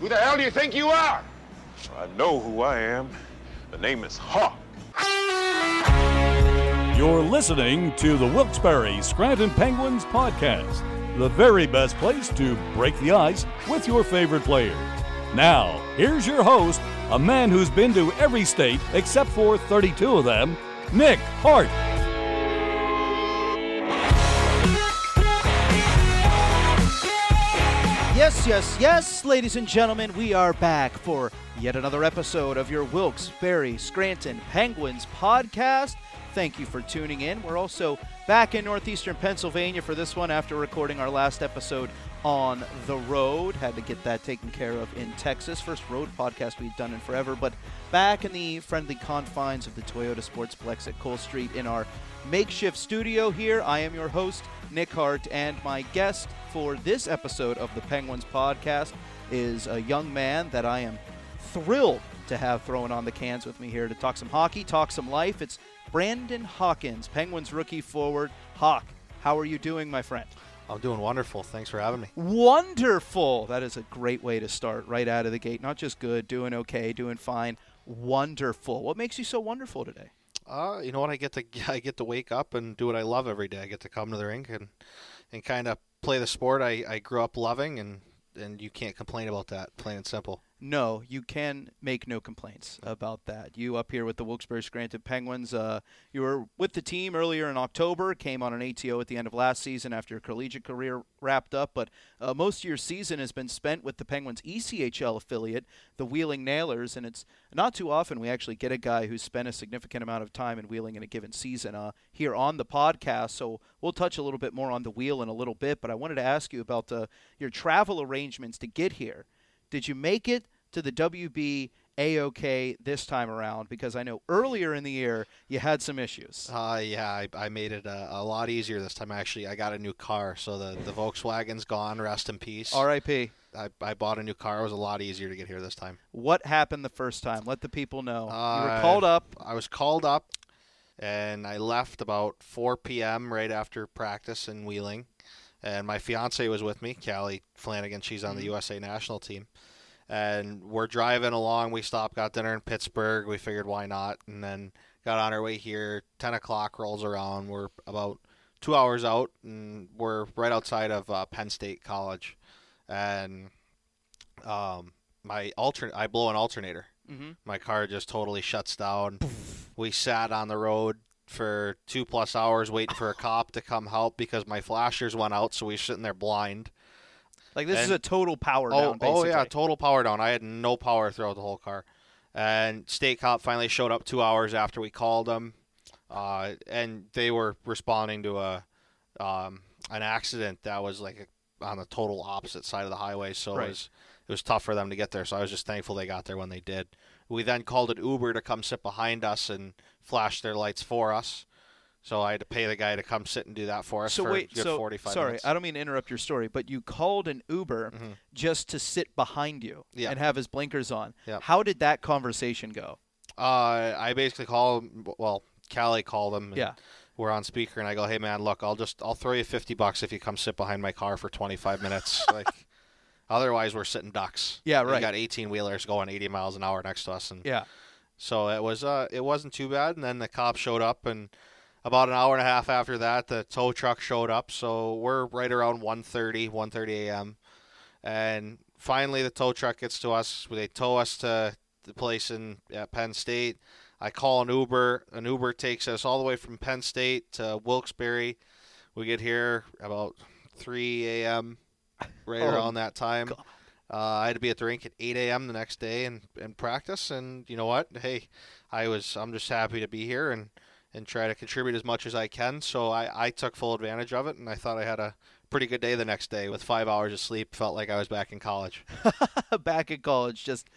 Who the hell do you think you are? I know who I am. The name is Hawk. You're listening to the Wilkes-Barre Scranton Penguins podcast, the very best place to break the ice with your favorite player. Now, here's your host, a man who's been to every state except for 32 of them, Nick Hart. Yes, yes, yes, ladies and gentlemen, we are back for yet another episode of your Wilkes Barre Scranton Penguins podcast. Thank you for tuning in. We're also back in northeastern Pennsylvania for this one after recording our last episode on the road. Had to get that taken care of in Texas. First road podcast we've done in forever, but back in the friendly confines of the Toyota Sportsplex at Cole Street in our makeshift studio here. I am your host, Nick Hart, and my guest for this episode of the Penguins podcast is a young man that I am thrilled to have thrown on the cans with me here to talk some hockey, talk some life. It's Brandon Hawkins, Penguins rookie forward. Hawk, how are you doing, my friend? I'm doing wonderful. Thanks for having me. Wonderful. That is a great way to start right out of the gate. Not just good, doing okay, doing fine. Wonderful. What makes you so wonderful today? Uh, you know what? I get to I get to wake up and do what I love every day. I get to come to the rink and and kind of play the sport I, I grew up loving, and and you can't complain about that. Plain and simple. No, you can make no complaints about that. You up here with the Wilkes-Barre Scranton Penguins. Uh, you were with the team earlier in October. Came on an ATO at the end of last season after your collegiate career wrapped up. But uh, most of your season has been spent with the Penguins' E ECHL affiliate, the Wheeling Nailers, and it's not too often we actually get a guy who's spent a significant amount of time in Wheeling in a given season uh, here on the podcast. So we'll touch a little bit more on the wheel in a little bit. But I wanted to ask you about uh, your travel arrangements to get here. Did you make it to the WB AOK this time around? Because I know earlier in the year you had some issues. Uh, yeah, I, I made it a, a lot easier this time. Actually, I got a new car, so the, the Volkswagen's gone. Rest in peace. R.I.P. I, I bought a new car. It was a lot easier to get here this time. What happened the first time? Let the people know. you were Uh, called up. I was called up, and I left about 4 p.m. right after practice in Wheeling, and my fiance was with me, Callie Flanagan. She's on the USA national team, and we're driving along. We stopped, got dinner in Pittsburgh. We figured why not, and then got on our way here. 10 o'clock rolls around. We're about two hours out, and we're right outside of uh, Penn State College, and um, my altern I blow an alternator hmm my car just totally shuts down. We sat on the road for two plus hours waiting for a cop to come help because my flashers went out, so we were sitting there blind. Like this is And- a total power oh, down. Basically. oh yeah, total power down. I had no power throughout the whole car. And state cop finally showed up two hours after we called them, uh, and they were responding to a um, an accident that was like on the total opposite side of the highway. So Right. it was it was tough for them to get there. So I was just thankful they got there when they did. We then called an Uber to come sit behind us and flash their lights for us. So I had to pay the guy to come sit and do that for us So for wait, a good so 45 sorry, minutes. I don't mean to interrupt your story, but you called an Uber Mhm. just to sit behind you Yeah. and have his blinkers on. Yeah. How did that conversation go? Uh, I basically call well, Callie called him. and Yeah. We're on speaker, and I go, "Hey man, look, I'll just I'll throw you fifty bucks if you come sit behind my car for twenty five minutes. like, otherwise we're sitting ducks. Yeah, We right. got eighteen wheelers going eighty miles an hour next to us, and Yeah. so it was uh it wasn't too bad. And then the cop showed up, and about an hour and a half after that, the tow truck showed up. So we're right around 1.30, 1.30 a.m. And finally, the tow truck gets to us. They tow us to the place in at Penn State. I call an Uber. An Uber takes us all the way from Penn State to Wilkes-Barre. We get here about 3 a.m. right Oh, around that time. Uh, I had to be at the rink at 8 a.m. the next day and, and practice. And you know what? Hey, I was I'm just happy to be here and and try to contribute as much as I can. So I, I took full advantage of it, and I thought I had a pretty good day the next day with five hours of sleep. Felt like I was back in college. back at college, just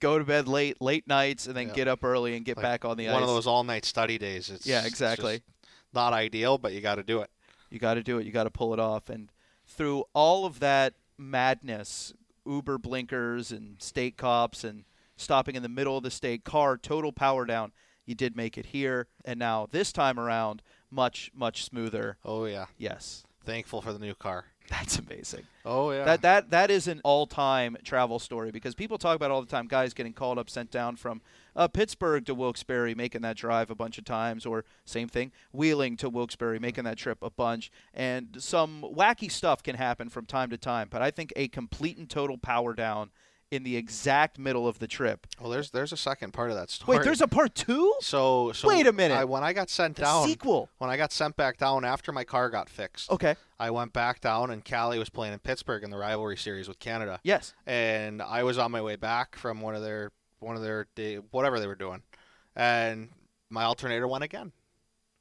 go to bed late, late nights, and then Yeah. get up early and get Like, back on the One ice. of those all night study days. It's Yeah, it's exactly. just not ideal, but you got to do it. You got to do it. You got to pull it off. And through all of that madness, Uber blinkers and state cops and stopping in the middle of the state car, total power down. You did make it here, and now this time around, much much smoother. Oh yeah, Yes. thankful for the new car. That's amazing. Oh yeah. That that that is an all-time travel story because people talk about it all the time guys getting called up, sent down from uh, Pittsburgh to Wilkes-Barre, making that drive a bunch of times, or same thing, Wheeling to Wilkes-Barre, making that trip a bunch, and some wacky stuff can happen from time to time. But I think a complete and total power down in the exact middle of the trip. well, Oh, there's there's a second part of that story. Wait, there's a part two? So, so Wait a minute. I, when I got sent The down, sequel. When I got sent back down after my car got fixed, Okay. I went back down and Cali was playing in Pittsburgh in the rivalry series with Canada. Yes. And I was on my way back from one of their one of their day, whatever they were doing, and my alternator went again.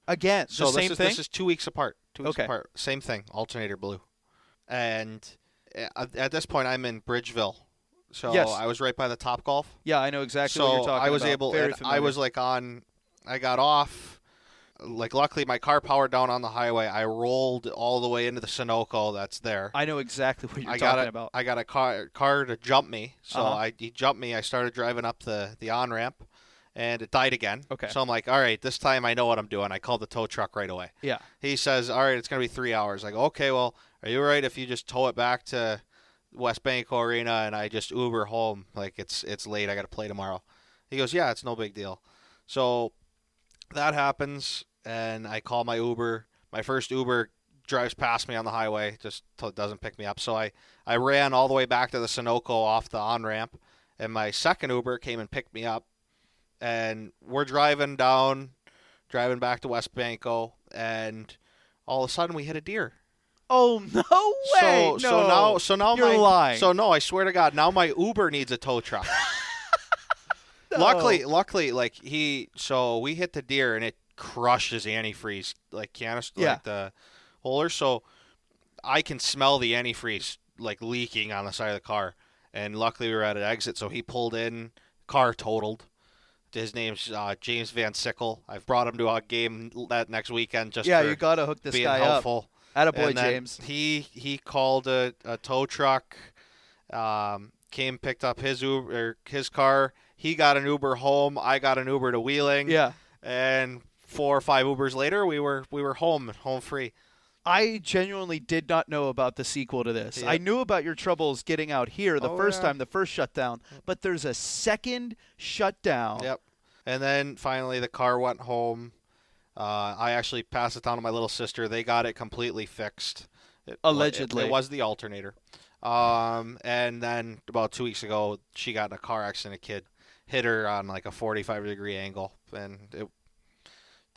Again, So the this same is thing. this is two weeks apart. Two weeks Okay. apart. Same thing. Alternator blew, and uh, at this point I'm in Bridgeville, so Yes. I was right by the Top Golf yeah, I know exactly so what you're talking I was about. able. Very and I familiar. was like on. I got off. Like luckily, my car powered down on the highway. I rolled all the way into the Sunoco that's there. I know exactly what you're I got talking a, about. I got a car car to jump me, so Uh-huh. I he jumped me. I started driving up the the on ramp, and it died again. Okay. So I'm like, all right, this time I know what I'm doing. I called the tow truck right away. yeah. He says, all right, it's gonna be three hours. I go, okay, well, are you all right if you just tow it back to West Bank Arena and I just Uber home? Like it's it's late. I got to play tomorrow. He goes, yeah, it's no big deal. So that happens, and I call my Uber. My first Uber drives past me on the highway, just t- doesn't pick me up. So I, I ran all the way back to the Sunoco off the on ramp, and my second Uber came and picked me up. And we're driving down, driving back to West Banco, and all of a sudden we hit a deer. Oh no way! so so now so now You're my, lying. So no, I swear to God, now my Uber needs a tow truck. Luckily, luckily, like he, so we hit the deer and it crushed his antifreeze, like canister, Yeah. like the holder. So I can smell the antifreeze like leaking on the side of the car. And luckily, we were at an exit, so he pulled in, car totaled. His name's uh, James Van Sickle. I've brought him to a game that next weekend just yeah, for you gotta hook this being guy helpful. up. Attaboy, And then James. He he called a, a tow truck, um, came picked up his Uber or his car. He got an Uber home. I got an Uber to Wheeling. Yeah. And four or five Ubers later, we were we were home home free. I genuinely did not know about the sequel to this. Yeah. I knew about your troubles getting out here the Oh, first yeah. time, the first shutdown, but there's a second shutdown. Yep. And then finally, the car went home. Uh, I actually passed it down to my little sister. They got it completely fixed. It, wa- it- Allegedly. it, was the alternator. Um, and then about two weeks ago, she got in a car accident. A kid hit her on like a 45 degree angle, and it.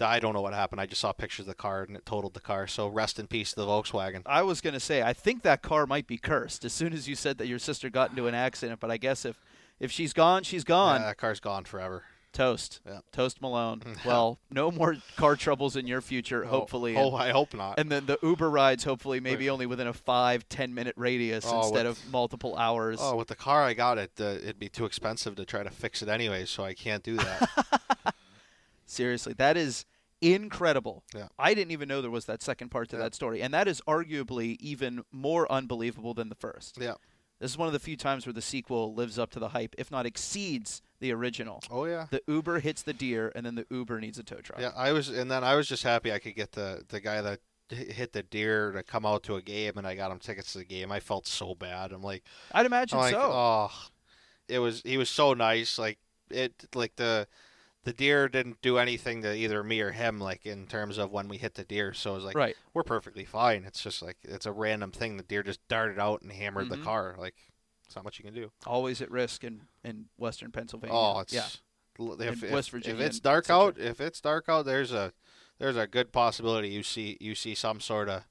I don't know what happened. I just saw pictures of the car, and it totaled the car. So rest in peace to the Volkswagen. I was gonna say I think that car might be cursed. As soon as you said that your sister got into an accident, but I guess if if she's gone, she's gone. Yeah, that car's gone forever. Toast, Yeah. toast Malone. well, no more car troubles in your future, hopefully. Oh, And- I hope not. and then the Uber rides, hopefully, maybe only within a five, ten minute radius Oh, instead with- of multiple hours. Oh, with the car I got, it uh, it'd be too expensive to try to fix it anyway, so I can't do that. Seriously, that is incredible. Yeah. I didn't even know there was that second part to Yeah. that story, and that is arguably even more unbelievable than the first. yeah. This is one of the few times where the sequel lives up to the hype, if not exceeds the original. Oh yeah. The Uber hits the deer, and then the Uber needs a tow truck. Yeah, I was, and then I was just happy I could get the the guy that h- hit the deer to come out to a game, and I got him tickets to the game. I felt so bad. I'm like, I'd I'm imagine like, so. oh, it was he was so nice. Like it, like the the deer didn't do anything to either me or him. Like in terms of when we hit the deer, so it was like, Right. we're perfectly fine. It's just like it's a random thing. The deer just darted out and hammered Mhm. the car. Like, it's not much you can do. Always at risk in, in Western Pennsylvania. Oh, it's yeah. l- if, In if, West if Virginia it's and et dark cetera. out, if it's dark out, there's a there's a good possibility you see you see some sort of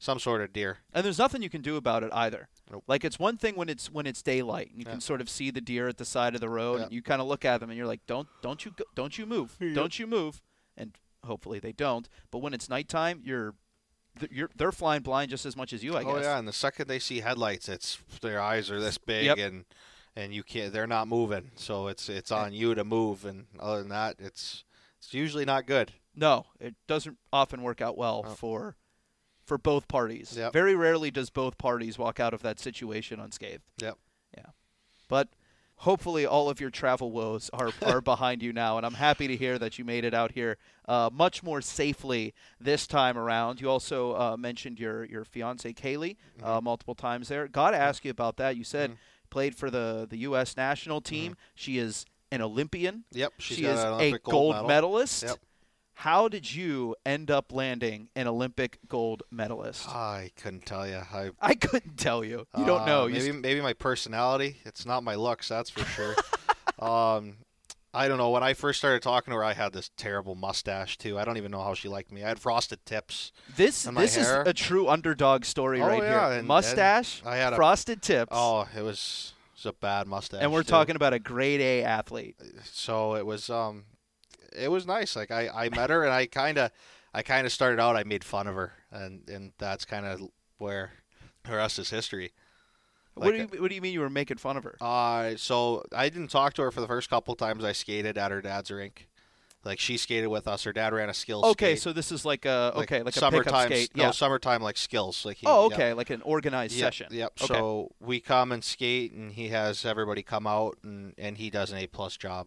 some sort of deer. and there's nothing you can do about it either. Nope. Like it's one thing when it's when it's daylight and you Yeah. can sort of see the deer at the side of the road Yeah. and you kind of look at them and you're like, don't don't you go, don't you move, don't you move, and hopefully they don't. But when it's nighttime, you're th- you're they're flying blind just as much as you, I oh guess. yeah, and the second they see headlights, it's their eyes are this big Yep. and and you can't they're not moving. So it's it's on you to move and other than that, it's it's usually not good. No, it doesn't often work out well for for both parties. Yep. Very rarely does both parties walk out of that situation unscathed. Yep. But hopefully all of your travel woes are, are behind you now. And I'm happy to hear that you made it out here uh, much more safely this time around. You also uh, mentioned your, your fiance, Kaylee, uh, multiple times there. Got to ask you about that. You said played for the, the U.S. national team. She is an Olympian, Yep, she's she got is an a Olympic gold, medalist. Yep. How did you end up landing an Olympic gold medalist? I couldn't tell you. I I couldn't tell you. You don't Uh, know. You Maybe st- maybe my personality. It's not my looks, that's for sure. um, I don't know. When I first started talking to her, I had this terrible mustache too. I don't even know how she liked me. I had frosted tips. this and my this is hair. a true underdog story Oh, right yeah, here. and- Mustache, and I had a- frosted tips, Oh, it was it was a bad mustache. and we're too. talking about a grade A athlete. So it was um, it was nice. Like I I met her and I kind of I kind of started out. I made fun of her and and that's kind of where the rest is history. what Like do you What do you mean you were making fun of her? Uh, so I didn't talk to her for the first couple times I skated at her dad's rink. Like she skated with us. Her dad ran a skills. okay, skate, so this is like a okay, like a pickup summertime, skate. No, yeah. summertime like skills. Like he, oh, yeah. okay, like an organized Yep, session. Yep. Okay. So we come and skate, and he has everybody come out, and, and he does an A plus job.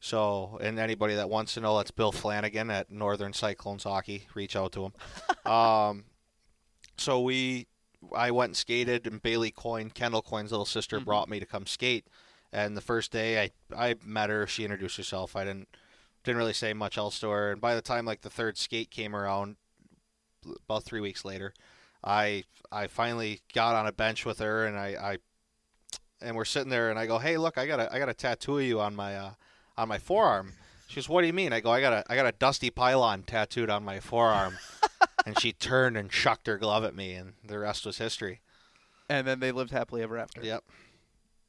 So, and anybody that wants to know, that's Bill Flanagan at Northern Cyclones Hockey. Reach out to him. um, so we, I went and skated, and Bailey Coyne, Kendall Coyne's little sister, Mm-hmm. brought me to come skate. And the first day I, I met her, she introduced herself. I didn't didn't really say much else to her. And by the time like the third skate came around, about three weeks later, I I finally got on a bench with her and I, I and we're sitting there and I go, hey, look, I got a I got a tattoo of you on my uh, on my forearm. She goes, what do you mean? I go, I got a I got a dusty pylon tattooed on my forearm. and she turned and shucked her glove at me, and the rest was history. and then they lived happily ever after. Yep,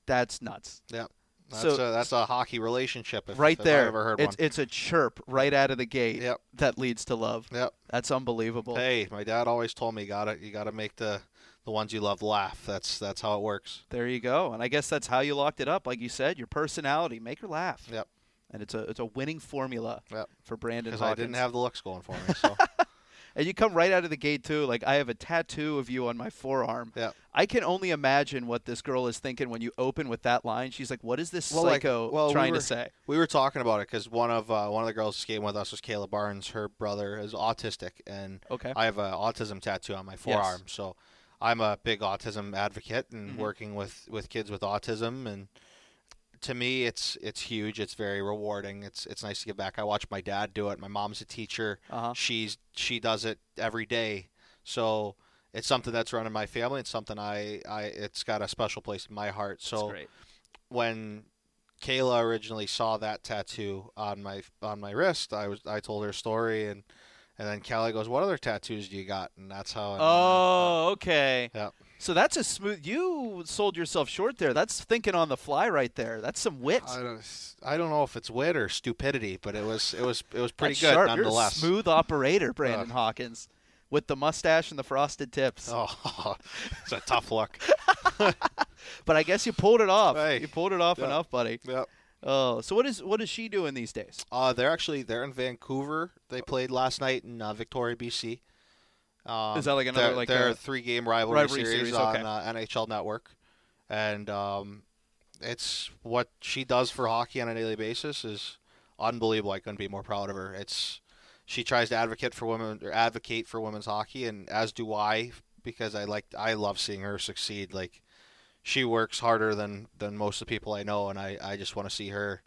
That's nuts. yep. That's So- a that's a hockey relationship. If, Right if there, I ever heard it's it's a chirp right out of the gate Yep. that leads to love. one. Yep. That's unbelievable. Hey, my dad always told me, got to You got to make the the ones you love laugh. That's that's how it works. There you go. And I guess that's how you locked it up. Like you said, your personality, make her laugh. Yep. And it's a it's a winning formula Yep. for Brandon Because Hawkins. I didn't have the looks going for me. So and you come right out of the gate too. Like I have a tattoo of you on my forearm. Yep. I can only imagine what this girl is thinking when you open with that line. She's like, "What is this Well, like, psycho well, we trying were- to say?" we were talking about it because one of uh, one of the girls skating with us was Kayla Barnes. Her brother is autistic, and Okay. I have an autism tattoo on my forearm. So I'm a big autism advocate and Mm-hmm. working with with kids with autism and. To me, it's it's huge. It's very rewarding. It's it's nice to give back. I watch my dad do it. My mom's a teacher. Uh-huh. She's she does it every day. So it's something that's running my family. It's something I, I it's got a special place in my heart. So That's great. when Kayla originally saw that tattoo on my on my wrist, I was I told her story and and then Callie goes, "What other tattoos do you got?" And that's how. it- Oh, okay. Yep. So that's a smooth. You sold yourself short there. That's thinking on the fly right there. That's some wit. I don't, I don't know if it's wit or stupidity, but it was it was it was pretty That's good sharp. nonetheless. You're a smooth operator, Brandon Hawkins, with the mustache and the frosted tips. Oh, it's a tough look. But I guess you pulled it off. Hey. You pulled it off Yeah. enough, buddy. yep. Oh, so what is what is she doing these days? Uh, they're actually they're in Vancouver. They played last night in uh, Victoria, BC. Um, Is that like another, they're- like, they're uh, a three game rivalry, rivalry series, series, on okay. uh, NHL Network, and um, it's what she does for hockey on a daily basis is unbelievable. I couldn't be more proud of her. It's she tries to advocate for women or advocate for women's hockey, and as do I because I like I love seeing her succeed. Like she works harder than than most of the people I know, and I I just want to see her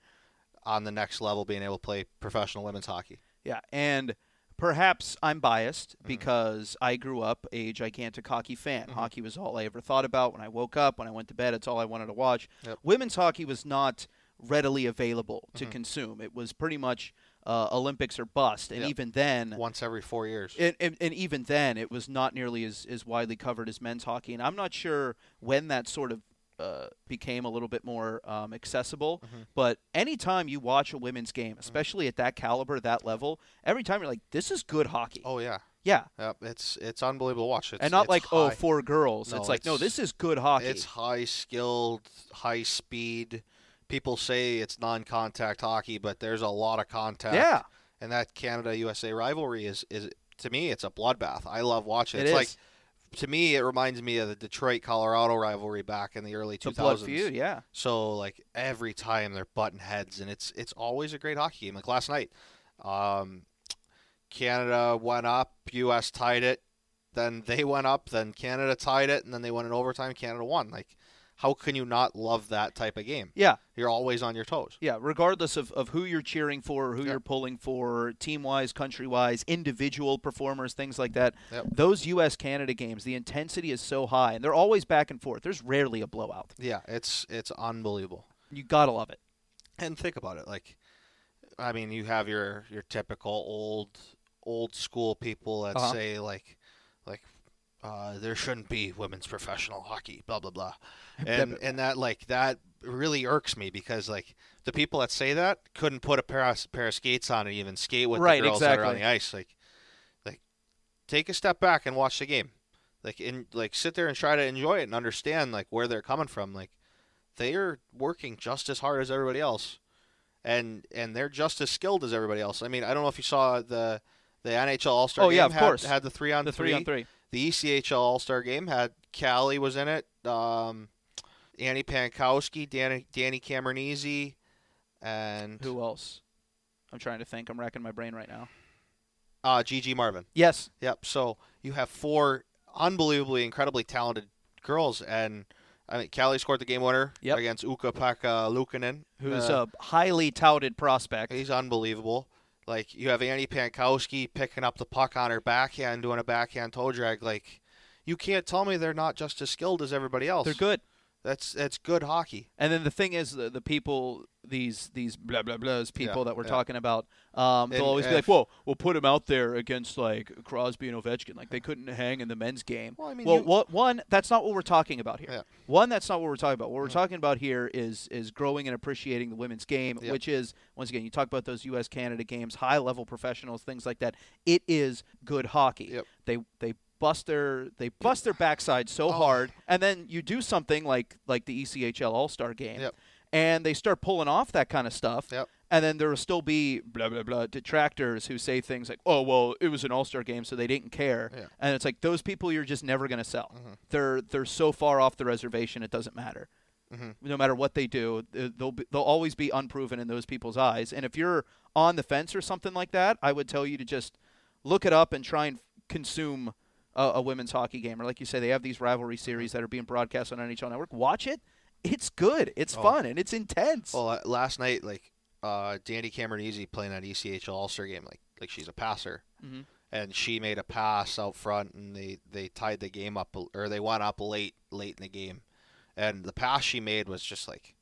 on the next level, being able to play professional women's hockey. Yeah, and perhaps I'm biased Mm-hmm. because I grew up a gigantic hockey fan. Hockey was all I ever thought about when I woke up, when I went to bed. It's all I wanted to watch. Yep. Mm-hmm. Women's hockey was not readily available to consume. It was pretty much uh, Olympics or bust, and Yep. even then, Once every four years. and, and, and even then, it was not nearly as, as widely covered as men's hockey. And I'm not sure when that sort of uh, became a little bit more um, accessible. Mm-hmm. But anytime you watch a women's game, especially at that caliber, that level, every time you're like, this is good hockey. oh yeah, Yeah. yep, it's it's unbelievable. to Watch it's, and not it's like, oh, high- four girls. No, it's like, no, it's- this is good hockey. it's high skilled, high speed. People say it's non-contact hockey, but there's a lot of contact. Yeah. and that Canada USA rivalry is is to me it's a bloodbath. I love watching. It it's is. like to me, it reminds me of the Detroit Colorado rivalry back in the early The 2000s. blood feud, yeah. So like every time they're butting heads, and it's it's always a great hockey game. Like last night, um, Canada went up, U.S. tied it, then they went up, then Canada tied it, and then they went in overtime. Canada won. Like, how can you not love that type of game? Yeah, You're always on your toes. yeah. Regardless of, of who you're cheering for, or who Yeah. you're pulling for, team wise, country wise, individual performers, things like that. Yep. Those U.S. Canada games, the intensity is so high, and they're always back and forth. There's rarely a blowout. Yeah, it's it's unbelievable. You gotta love it. and think about it like i mean you have your your typical old old school people that Uh-huh. say like like uh, there shouldn't be women's professional hockey blah blah blah and and that like that really irks me because like the people that say that couldn't put a pair of, pair of skates on and even skate with Right, the girls that are on exactly. the ice like like take a step back and watch the game like in like sit there and try to enjoy it and understand like where they're coming from like they're working just as hard as everybody else and and they're just as skilled as everybody else i mean i don't know if you saw the the nhl all-star Oh, game yeah, of had, course. had the three on The three, three on three. the E echl all-star game had callie was in it um annie pankowski danny danny cameronese and Who else? I'm trying to think. I'm racking my brain right now. uh gg marvin Yes. Yep. So you have four unbelievably, incredibly talented girls, and I mean, Callie scored the game winner Yep. against Uka Pekka Lukanen, Who's Uh, a highly touted prospect? He's unbelievable. Like you have Annie Pankowski picking up the puck on her backhand, doing a backhand toe drag. Like you can't tell me they're not just as skilled as everybody else. They're good. That's that's good hockey. And then the thing is, the, the people, these these blah blah blahs people Yeah, that we're yeah. talking about, um, they'll And always be if- like, "Whoa, we'll put him out there against like Crosby and Ovechkin, like they couldn't hang in the men's game." Well, I mean, you- what- one, that's not what we're talking about here. Yeah. One, that's not what we're talking about. What we're talking about here is is growing and appreciating the women's game, Yep. which is once again, you talk about those U.S. Canada games, high level professionals, things like that. It is good hockey. Yep. They they bust their they bust their backside so Oh. hard, and then you do something like like the E ECHL All Star game, Yep. and they start pulling off that kind of stuff. Yep. And then there will still be blah blah blah detractors who say things like, "Oh well, it was an All Star game, so they didn't care." Yeah. And it's like those people you're just never gonna sell. They're they're so far off the reservation, it doesn't matter. No matter what they do, th- they'll be, they'll always be unproven in those people's eyes. And if you're on the fence or something like that, I would tell you to just look it up and try and consume a, a women's hockey game. Or like you say, they have these rivalry series that are being broadcast on NHL Network. Watch it. It's good. It's fun and it's intense. Well, uh, last night, like uh, Danny Cameronese playing that E ECHL All Star game, like like she's a passer, Mhm. and she made a pass out front, and they they tied the game up, or they went up late late in the game, and the pass she made was just like,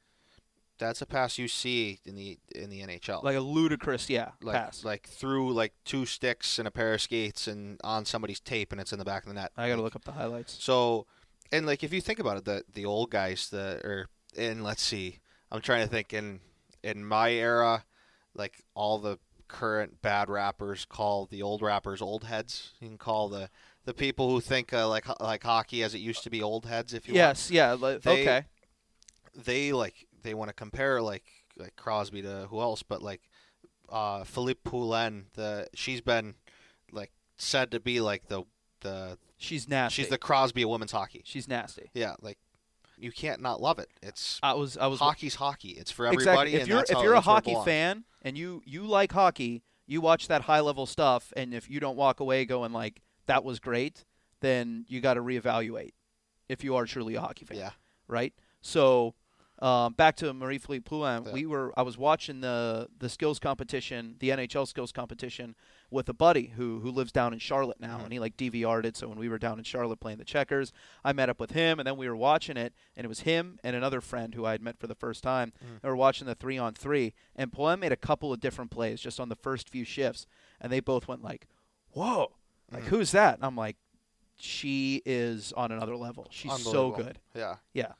that's a pass you see in the in the NHL, like a ludicrous, yeah, like, pass. like through like two sticks and a pair of skates and on somebody's tape, and it's in the back of the net. I gotta look up the highlights. So, and like if you think about it, the the old guys, the or and let's see, I'm trying to think in in my era, like all the current bad rappers call the old rappers old heads. You can call the the people who think uh, like like hockey as it used to be old heads. If you want Yes, yeah, li- They- okay. they like they want to compare like like Crosby to who else, but like uh Philippe Poulin, the she's been like said to be like the the She's nasty. she's the Crosby of women's hockey. she's nasty. Yeah, like you can't not love it. It's I was I was hockey's hockey. It's for everybody. exactly. If and you're that's if how- you're a that's where it hockey belongs. fan and you you like hockey, you watch that high level stuff, and if you don't walk away going like that was great, then you got to reevaluate if you are truly a hockey fan. yeah, right? So um, back to Marie Philippe Poulin, Yeah. we were I was watching the the skills competition, the NHL skills competition with a buddy who who lives down in Charlotte Mm-hmm. now, and he like DVR'd it. So when we were down in Charlotte playing the checkers, I met up with him, and then we were watching it, and it was him and another friend who I had met for the first time. Mm. They were watching the three on three, and Poulin made a couple of different plays just on the first few shifts, and they both went like, "Whoa." Mm. Like who's that? And I'm like, she is on another level. She's so Unbelievable. good. Yeah, Yeah.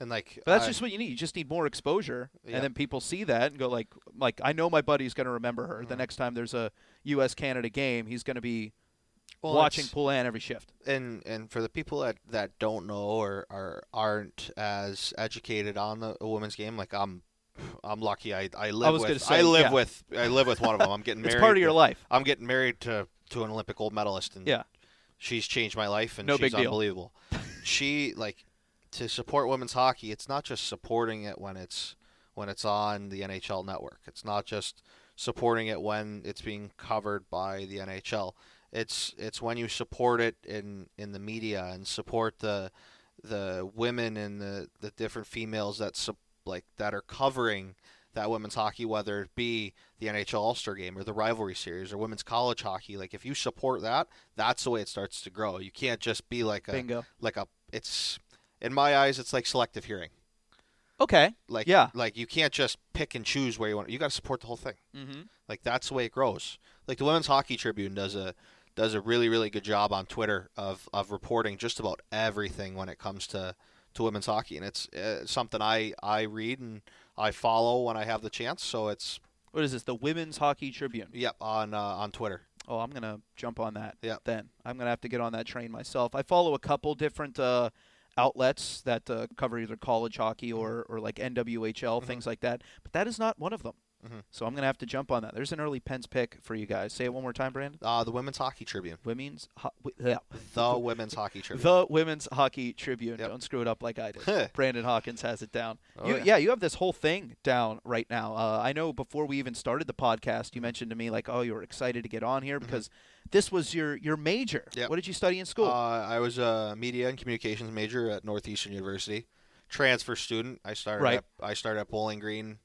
and like But that's I- just what you need. You just need more exposure, Yeah. and then people see that and go like, like I know my buddy's going to remember her. Mm. The next time there's a U.S. Canada game, he's going to be well, watching it's- Poulin every shift. and and for the people that that don't know or, or aren't as educated on the women's game, like I'm. I'm lucky. I, I live was gonna with say, I live yeah. with I live with one of them. I'm getting It's married. part of your to- life. I'm getting married to to an Olympic gold medalist, and Yeah. she's changed my life and No big she's deal. unbelievable. she like to support women's hockey, it's not just supporting it when it's when it's on the NHL network. It's not just supporting it when it's being covered by the NHL. It's it's when you support it in in the media and support the the women and the the different females that sup- like that are covering that women's hockey, whether it be the NHL All Star Game or the rivalry series or women's college hockey. Like if you support that, that's the way it starts to grow. You can't just be like a Bingo. like a it's in my eyes it's like selective hearing. Okay. Like Yeah. like you can't just pick and choose where you want. You got to support the whole thing. Mm-hmm. Like that's the way it grows. Like the Women's Hockey Tribune does a does a really really good job on Twitter of of reporting just about everything when it comes to to women's hockey, and it's uh, something I I read and I follow when I have the chance. So it's What is this? The Women's Hockey Tribune. yep on uh, on Twitter. Oh, I'm gonna jump on that. Yeah. Then I'm gonna have to get on that train myself. I follow a couple different uh, outlets that uh, cover either college hockey or or like NWHL things like that, but that is not one of them. Mhm. So I'm gonna have to jump on that. There's an early Penn's pick for you guys. Say it one more time, Brandon. Uh, the Women's Hockey Tribune, Women's ho- wi- yeah. the Women's Hockey Tribune. The Women's Hockey Tribune. Yep. Don't screw it up like I did. Brandon Hawkins has it down. Oh, you, yeah. yeah. you have this whole thing down right now. Uh, I know before we even started the podcast, you mentioned to me like, "Oh, you were excited to get on here because this was your your major." Mm-hmm. Yep. What did you study in school? Uh, I was a media and communications major at Northeastern University, transfer student. I started Right. at, I started at Bowling Green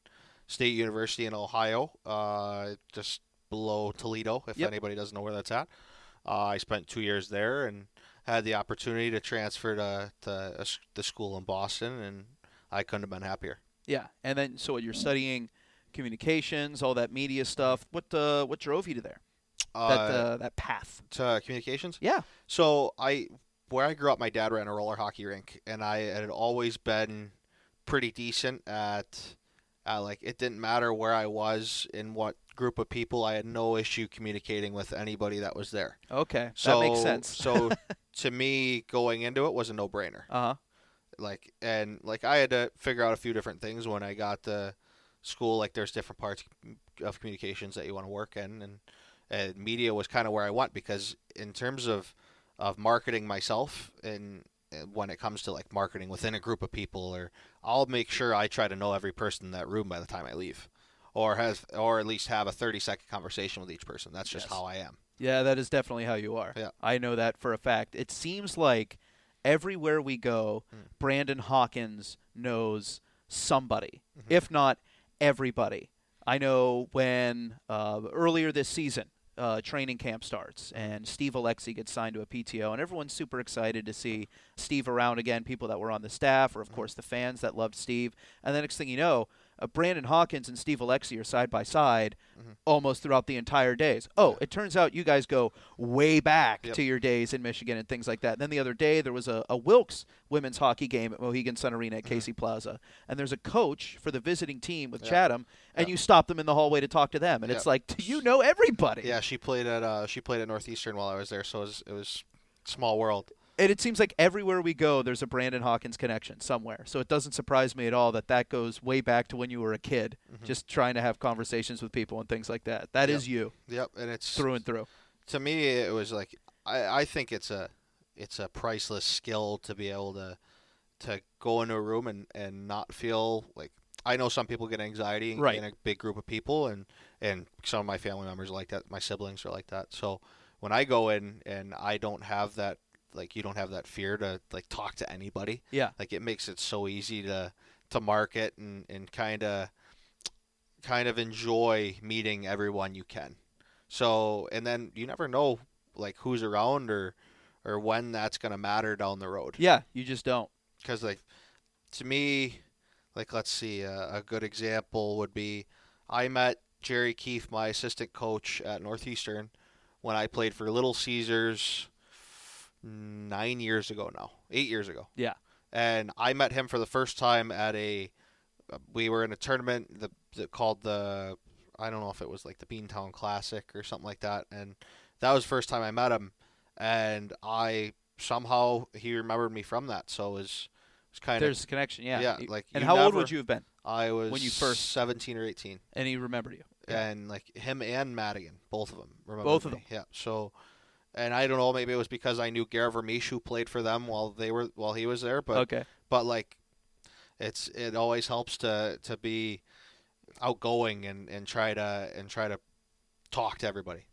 State University in Ohio, uh, just below Toledo. If Yep. anybody doesn't know where that's at, uh, I spent two years there and had the opportunity to transfer to, to a s the school in Boston, and I couldn't have been happier. yeah, and then so you're studying communications, all that media stuff. What uh, what drove you to there? that Uh, uh, that path. to communications. Yeah. So I, where I grew up, my dad ran a roller hockey rink, and I had always been pretty decent at, at like it didn't matter where I was in what group of people, I had no issue communicating with anybody that was there. Okay. So that makes sense. so to me, going into it was a no-brainer. Uh huh. Like and like I had to figure out a few different things when I got to school. Like there's different parts of communications that you want to work in, and and media was kind of where I went because in terms of of marketing myself and and when it comes to like marketing within a group of people or I'll make sure I try to know every person in that room by the time I leave or have or at least have a 30 second conversation with each person that's just Yes. how I am Yeah, that is definitely how you are. Yeah. I know that for a fact. It seems like everywhere we go, Brandon Hawkins knows somebody, if not everybody. I know when uh, earlier this season, uh, training camp starts and Steve Alexi gets signed to a PTO, and everyone's super excited to see Steve around again. People that were on the staff, or of course the fans that loved Steve. And the next thing you know, uh, Brandon Hawkins and Steve Alexi are side by side Mm-hmm. almost throughout the entire days. Oh, it turns out you guys go way back Yep. to your days in Michigan and things like that. then the other day there was a, a Wilkes women's hockey game at Mohegan Sun Arena Mm-hmm. at Casey Plaza, and there's a coach for the visiting team with Chatham, and you stop them in the hallway to talk to them, and it's Yeah. like, do you know everybody? yeah she played at uh she played at Northeastern while I was there so it was, it was small world and it seems like everywhere we go, there's a Brandon Hawkins connection somewhere. So it doesn't surprise me at all that that goes way back to when you were a kid, just trying to have conversations with people and things like that. That Mm-hmm. Yep. is you Yep, and it's through and through. to me it was like I, I think it's a it's a priceless skill to be able to to go into a room and, and not feel like I know some people get anxiety in- Right. in a big group of people and and some of my family members are like that, my siblings are like that. So when I go in and I don't have that like you don't have that fear to like talk to anybody. Yeah. Like it makes it so easy to to market and and kind of kind of enjoy meeting everyone you can. So and then you never know like who's around or or when that's gonna matter down the road. Yeah, you just don't. Because like to me, like let's see, uh, a good example would be I met Jerry Keefe, my assistant coach at Northeastern, when I played for Little Caesars nine years ago now, eight years ago Yeah. and I met him for the first time at a. uh, We were in a tournament the, the called the I don't know if it was like the Beantown Classic or something like that, and that was the first time I met him, and I somehow he remembered me from that, so it was, it was kind There's a connection, yeah. yeah, You- like, and you how old never- would you have been? of I was when you first- seventeen or eighteen, And he remembered you. and like him and Madigan, both of them remember Both of me. yeah, so and I don't know, maybe it was because I knew Gare Vermeesh who played for them while they were while he was there, but okay. but like it's it always helps to to be outgoing and and try to and try to talk to everybody.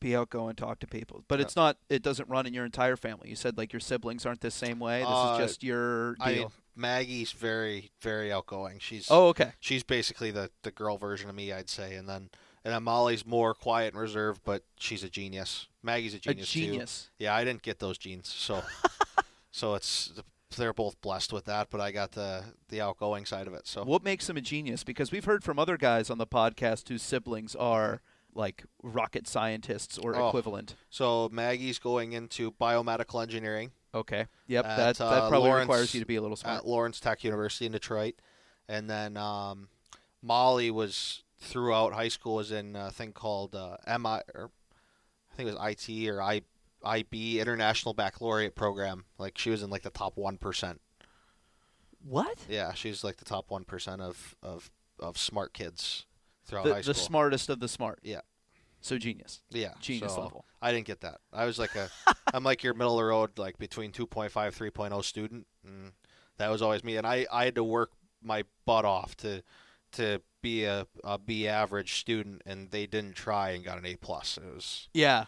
Be outgoing, talk to people, but it's not. It doesn't run in your entire family. You said like your siblings aren't the same way. This Uh, is just your deal. I mean, Maggie's very very outgoing. She's oh, okay. she's basically the the girl version of me, I'd say, and then. And then Molly's more quiet and reserved, but she's a genius. Maggie's a genius, a genius. too. Yeah, I didn't get those genes, so so it's they're both blessed with that. But I got the the outgoing side of it. So What makes him a genius? Because we've heard from other guys on the podcast whose siblings are like rocket scientists or Oh. equivalent. So Maggie's going into biomedical engineering Okay. Yep. At, that that uh, probably Lawrence- requires you to be a little smart. at Lawrence Tech University in Detroit, and then um, Molly was throughout high school was in a thing called uh, MI or I think it was IT or I, IB International Baccalaureate Program. Like she was in like the top one percent. what? Yeah, she's like the top one percent of of of smart kids throughout The, high the school. smartest of the smart. Yeah. So genius. yeah, Genius so level. I didn't get that. I was like a, I'm like your middle of the road, like between 2.5, 3.0 student. And that was always me. And I, I had to work my butt off to, to be a, a B average student. And they didn't try and got an A plus. It was Yeah.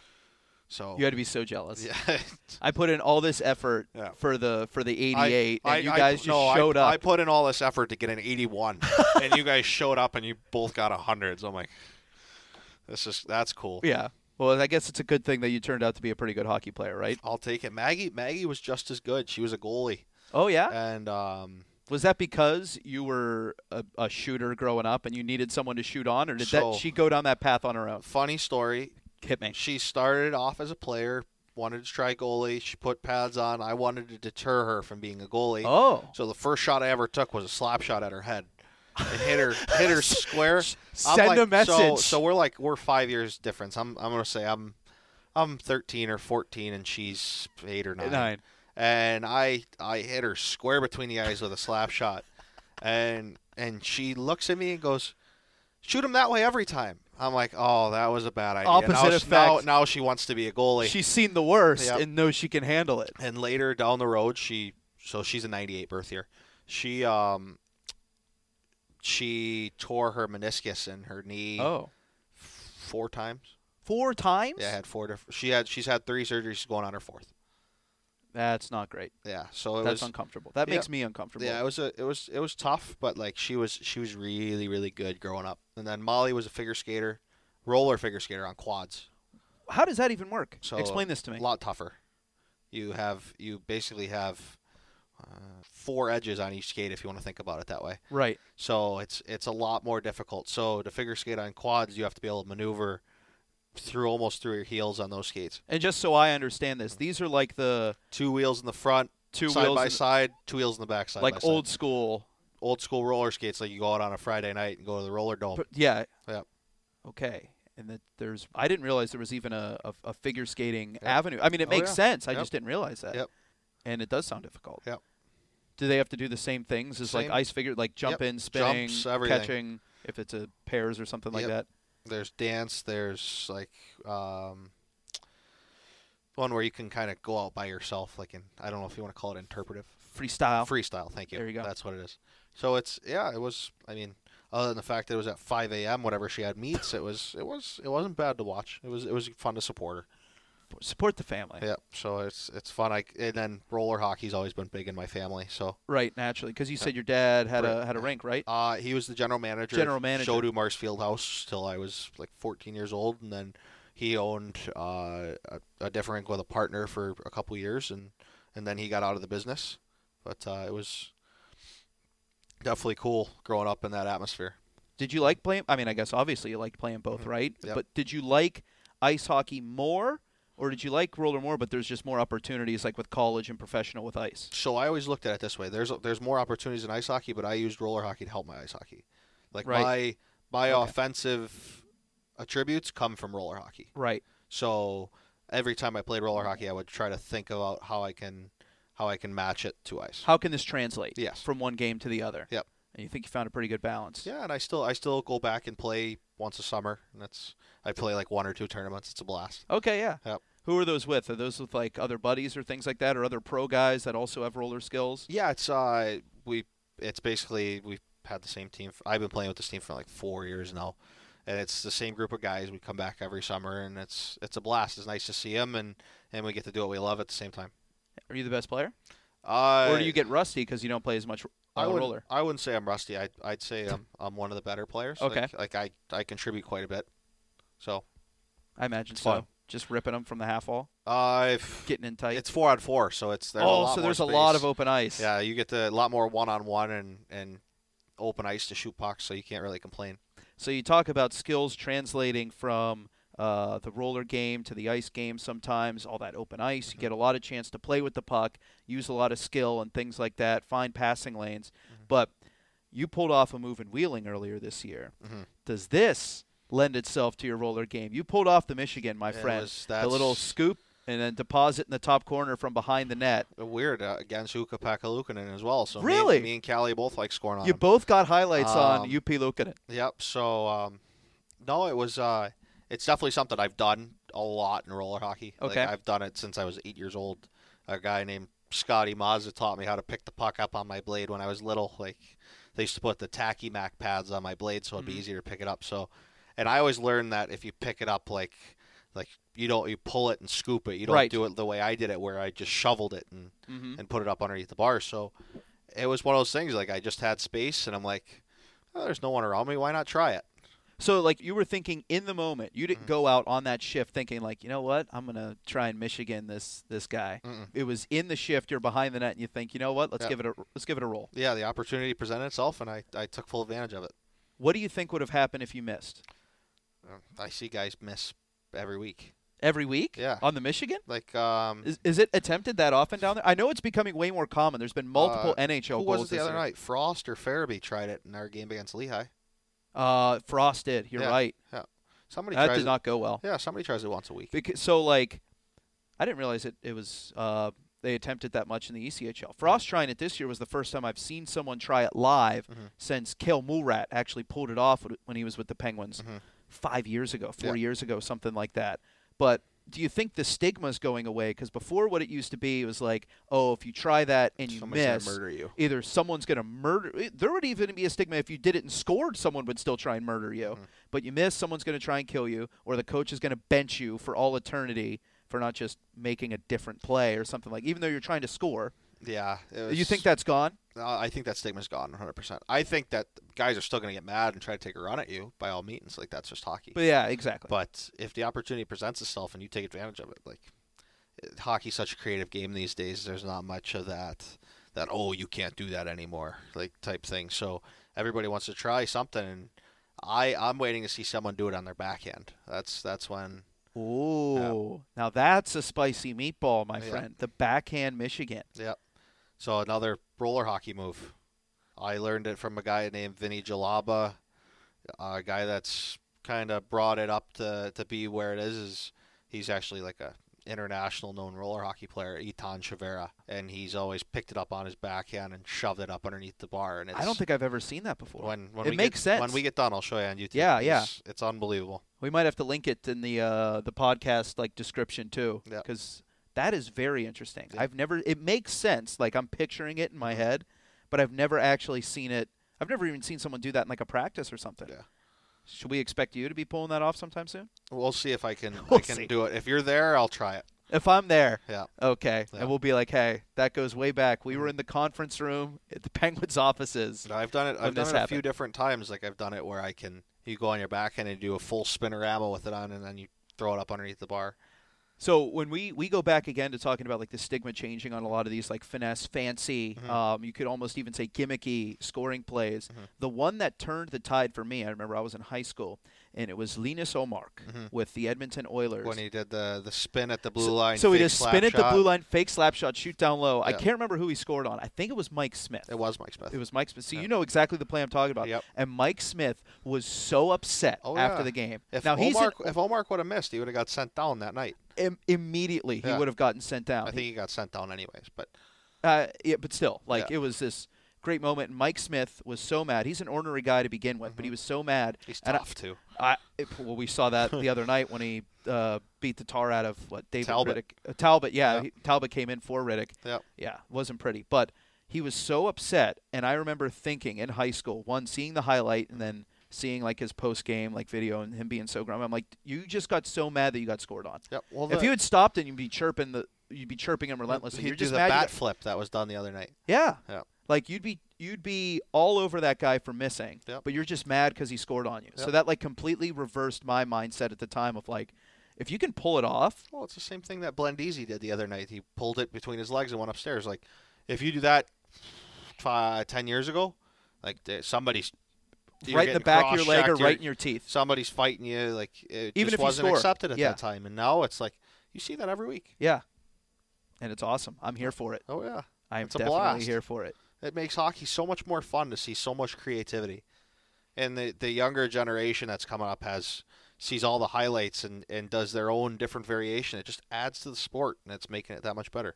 so. You had to be so jealous. Oh. yeah. I put in all this effort Yeah. for the for the I- 88, I- and you I- guys just no, I- showed I up. put in all this effort to get an 81, and you guys showed up and you both got a hundred. So I'm like, this is that's cool. yeah. Well, I guess it's a good thing that you turned out to be a pretty good hockey player, right? I'll take it. Maggie, Maggie was just as good. She was a goalie, Oh yeah. and um, Was that because you were a, a shooter growing up and you needed someone to shoot on, or did So- that she go down that path on her own? funny story. Hit me. She started off as a player, wanted to try goalie. She put pads on. I wanted to deter her from being a goalie. Oh, So the first shot I ever took was a slap shot at her head. It hit her, hit her square. I'm Send like- a message. So, so we're like we're five years difference. I'm I'm gonna say I'm I'm 13 or 14, and she's eight or nine. nine. And I I hit her square between the eyes with a slap shot, and and she looks at me and goes, "Shoot him that way every time." I'm like, "Oh, that was a bad idea." Opposite now, she- now- effect. Now, she wants to be a goalie. She's seen the worst Yep. and knows she can handle it. and later down the road she so she's a 98 birth year she um she tore her meniscus in her knee Oh, four times four times? yeah had four different she had she's had three surgeries she's going on her fourth That's not great. yeah so it That's was uncomfortable. That yeah. makes me uncomfortable. yeah it was a it was it was tough but like she was she was really really good growing up and then molly was a figure skater roller figure skater on quads How does that even work? So, Explain this to me. a lot tougher. You have you basically have uh, four edges on each skate if you want to think about it that way. Right. So it's it's a lot more difficult. So to figure skate on quads, you have to be able to maneuver through almost through your heels on those skates. And just so I understand this, these are like the Two wheels in the front, two side wheels, by in- side, two wheels in the back side. by like side. old school. old school roller skates, like you go out on a Friday night and go to the roller dome. But yeah. Oh. Yeah. Okay. And that there's, I didn't realize there was even a, a, a figure skating Yep. avenue. I mean, it Oh, makes yeah. sense. I Yep. just didn't realize that. Yep. And it does sound difficult. Yep. Do they have to do the same things as like Same. ice figure, like jump Yep. in, spinning, Jumps, everything. catching, if it's a pairs or something like that? Yep. there's dance. There's like um, one where you can kind of go out by yourself, like in I don't know if you want to call it interpretive. Freestyle. Freestyle, thank you. There you go. That's what it is. So it's yeah, it was. I mean, other than the fact that it was at 5 a.m. whenever she had meets, it was it was it wasn't bad to watch. It was it was fun to support her. Support the family. Yeah. So it's it's fun. I and then roller hockey's always been big in my family. So Right, naturally. Because you said your dad had a had a rink, right? uh, he was the general manager. General of manager. Shodu Mars Fieldhouse till I was like 14 years old, and then he owned uh, a, a different rink with a partner for a couple years, and and then he got out of the business. But uh, it was definitely cool growing up in that atmosphere. Did you like playing? I mean, I guess obviously you liked playing both, right? Mm-hmm. Yep. But did you like ice hockey more, or did you like roller more? But there's just more opportunities, like with college and professional with ice. So I always looked at it this way. There's there's more opportunities in ice hockey, but I used roller hockey to help my ice hockey. Like Right. my my Okay. offensive attributes come from roller hockey. Right. So every time I played roller hockey, I would try to think about how I can how I can match it to ice. How can this translate? Yes. From one game to the other. Yep. And you think you found a pretty good balance. Yeah, and I still I still go back and play once a summer, and that's I play like one or two tournaments. It's a blast. Okay. Yeah. Yep. Who are those with? Are those with like other buddies or things like that, or other pro guys that also have roller skills? Yeah, it's uh, we it's basically we've had the same team. I've been playing with this team for like four years now, and it's the same group of guys. We come back every summer, and it's it's a blast. It's nice to see them, and and we get to do what we love at the same time. Are you the best player, Uh, or do you get rusty because you don't play as much uh, I wouldn't, roller? I wouldn't say I'm rusty. I I'd say I'm I'm one of the better players. Okay. Like, like I I contribute quite a bit. So I imagine It's so. fun. Just ripping them from the half wall, uh, getting in tight. it's four on four, so it's there's a oh, so lot more there's a lot space. of open ice. Yeah, you get the- a lot more one on one and and open ice to shoot pucks, so you can't really complain. So you talk about skills translating from uh, the roller game to the ice game sometimes, all that open ice. Mm-hmm. You get a lot of chance to play with the puck, use a lot of skill and things like that, find passing lanes. Mm-hmm. But you pulled off a move in Wheeling earlier this year. Mhm. Does this lend itself to your roller game? You pulled off the Michigan, my It friend. was- the little that's- scoop and then deposit in the top corner from behind the net. Weird uh, against Uka Pakalukinen as well. So me- Really? me, and Callie both like scoring on You him. both got highlights on Um, UP Lukanen. Yep. So um, no, it was uh, it's definitely something I've done a lot in roller hockey. Okay. Like, I've done it since I was eight years old. A guy named Scotty Mazza taught me how to pick the puck up on my blade when I was little. Like they used to put the tacky mac pads on my blade so it'd Mhm. be easier to pick it up. So, and I always learned that if you pick it up like like you don't you pull it and scoop it. You don't Right. do it the way I did it where I just shoveled it and Mm-hmm. and put it up underneath the bar. So it was one of those things. Like I just had space, and I'm like, oh, there's no one around me. Why not try it? So like you were thinking in the moment, you didn't Mhm. go out on that shift thinking like, you know what, I'm gonna try and Michigan this this guy. Mm-mm. It was in the shift, you're behind the net, and you think, you know what, let's Yeah. give it a let's give it a roll. Yeah, the opportunity presented itself, and I, I took full advantage of it. What do you think would have happened if you missed Um, I see guys miss every week. every week? Yeah. On the Michigan, Like um, is, is it attempted that often down there? I know it's becoming way more common. There's been multiple NHL Uh, who goals was it the this other year. night? Frost or Farabee tried it in our game against Lehigh. Uh, Frost did. You're Yeah. right. Somebody That tries did it. not go well. Yeah, somebody tries it once a week. Because, so like, I didn't realize it. It was uh, they attempted that much in the E ECHL. Frost trying it this year was the first time I've seen someone try it live Mhm. since Kale Mulrat actually pulled it off wh- when he was with the Penguins Mhm. five years ago, four Yeah. years ago, something like that. But do you think the stigma's going away? Because before, what it used to be was like, oh, if you try that and you Somebody's miss, gonna murder you. either someone's going to murder i- there would even be a stigma if you did it and scored someone would still try and murder you Mm-hmm. but you miss someone's going to try and kill you or the coach is going to bench you for all eternity for not just making a different play or something like even though you're trying to score Yeah. it you was- think that's gone Uh, I think that stigma's gone 100%. I think that guys are still going to get mad and try to take a run at you by all means. Like, that's just hockey. but yeah exactly But if the opportunity presents itself and you take advantage of it, like eh, hockey's such a creative game these days, there's not much of that that oh you can't do that anymore like type thing. So everybody wants to try something. And I I'm waiting to see someone do it on their backhand. That's that's when ooh now that's a spicy meatball my Yeah. friend the backhand michigan yep. So another roller hockey move. I learned it from a guy named Vinny Jalaba, a guy that's kind of brought it up to, to be where it is. Is he's actually like a international known roller hockey player, Etan Chavera, and he's always picked it up on his backhand and shoved it up underneath the bar. And it's, i don't think i've ever seen that before when, when it we makes sense get, when we get done, I'll show you on YouTube. Yeah, yeah. It's, it's unbelievable. We might have to link it in the uh, the podcast like description too, Yeah. because that is very interesting. Yeah. Mm-hmm. I've never. It makes sense. Like I'm picturing it in my head, but I've never actually seen it. I've never even seen someone do that in like a practice or something. Yeah. Should we expect you to be pulling that off sometime soon? We'll see if I can We'll I can see. do it. If you're there, I'll try it. If I'm there, Yeah. okay, Yeah. Mm-hmm. and we'll be like, hey, that goes way back. We were in the conference room at the Penguins' offices. No, I've done it. when I've done this it a few happened. different times. Like I've done it where I can you go on your backhand and do a full spinorama with it on, and then you throw it up underneath the bar. So when we we go back again to talking about like the stigma changing on a lot of these like finesse, fancy, Mm-hmm. um, you could almost even say gimmicky scoring plays. The one that turned the tide for me, I remember I was in high school, and it was Linus Omark with the Edmonton Oilers. Mm-hmm. When he did the the spin at the blue so, line. so he fake just slap spin at the shot. blue line, fake slap shot, shoot down low. I Yeah. can't remember who he scored on. I think it was Mike Smith. It was Mike Smith. It was Mike Smith. See, Yeah. you know exactly the play I'm talking about. Yep. And Mike Smith was so upset Oh, after yeah. the game. If now he's Omar, an- if Omar would have missed, he would have got sent down that night. im- immediately he Yeah. would have gotten sent down. I He- think he got sent down anyways. But Uh, yeah, but still, like Yeah. it was this great moment. And Mike Smith was so mad. He's an ornery guy to begin with, but he was so mad. Mm-hmm. He's And I- tough too. I, it- well, we saw that the other night when he uh, beat the tar out of what David Talbot. Riddick. Uh, Talbot, yeah, Yeah. he- Talbot came in for Riddick. Yep. Yeah, wasn't pretty, but he was so upset. And I remember thinking in high school, one seeing the highlight and then seeing like his post game like video and him being so grumpy. I'm like, you just got so mad that you got scored on. Yep. Well, if the- you had stopped and you'd be chirping the, you'd be chirping him relentlessly. He'd You're do just the mad you bat got- flip that was done the other night. yeah. Yeah. Like you'd be you'd be all over that guy for missing, Yep. but you're just mad because he scored on you. So Yep. that like completely reversed my mindset at the time of like, if you can pull it off, Well, it's the same thing that Blendeasy did the other night. He pulled it between his legs and went upstairs. Like, if you do that fi- ten years ago, like th- somebody's you're right in the getting back of your leg cross-checked, or you're- right in your teeth. somebody's fighting you. Like, it Even just if you wasn't score. accepted at Yeah. that time, and now it's like you see that every week. Yeah, and it's awesome. I'm here for it. Oh yeah, I am It's a definitely blast. here for it. it makes hockey so much more fun to see so much creativity and the the younger generation that's coming up has sees all the highlights and and does their own different variation it just adds to the sport and it's making it that much better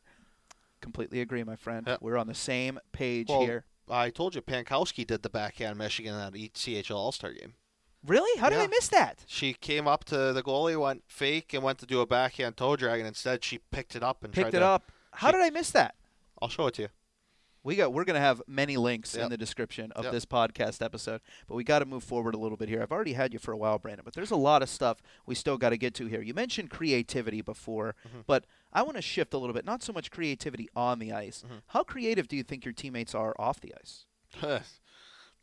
Completely agree, my friend. Yeah. We're on the same page Well, here. i told you pankowski did the backhand michigan E at each chl all-star game Really? How did I yeah. miss that? she came up to the goalie went fake and went to do a backhand toe drag and instead she picked it up and Picked tried it to, up. How she- did I miss that? i'll show it to you We got we're gonna have many links in Yep. the description of Yep. this podcast episode, but we got to move forward a little bit here. I've already had you for a while, Brandon, but there's a lot of stuff we still got to get to here. You mentioned creativity before, Mm-hmm. but I want to shift a little bit. Not so much creativity on the ice. Mm-hmm. How creative do you think your teammates are off the ice?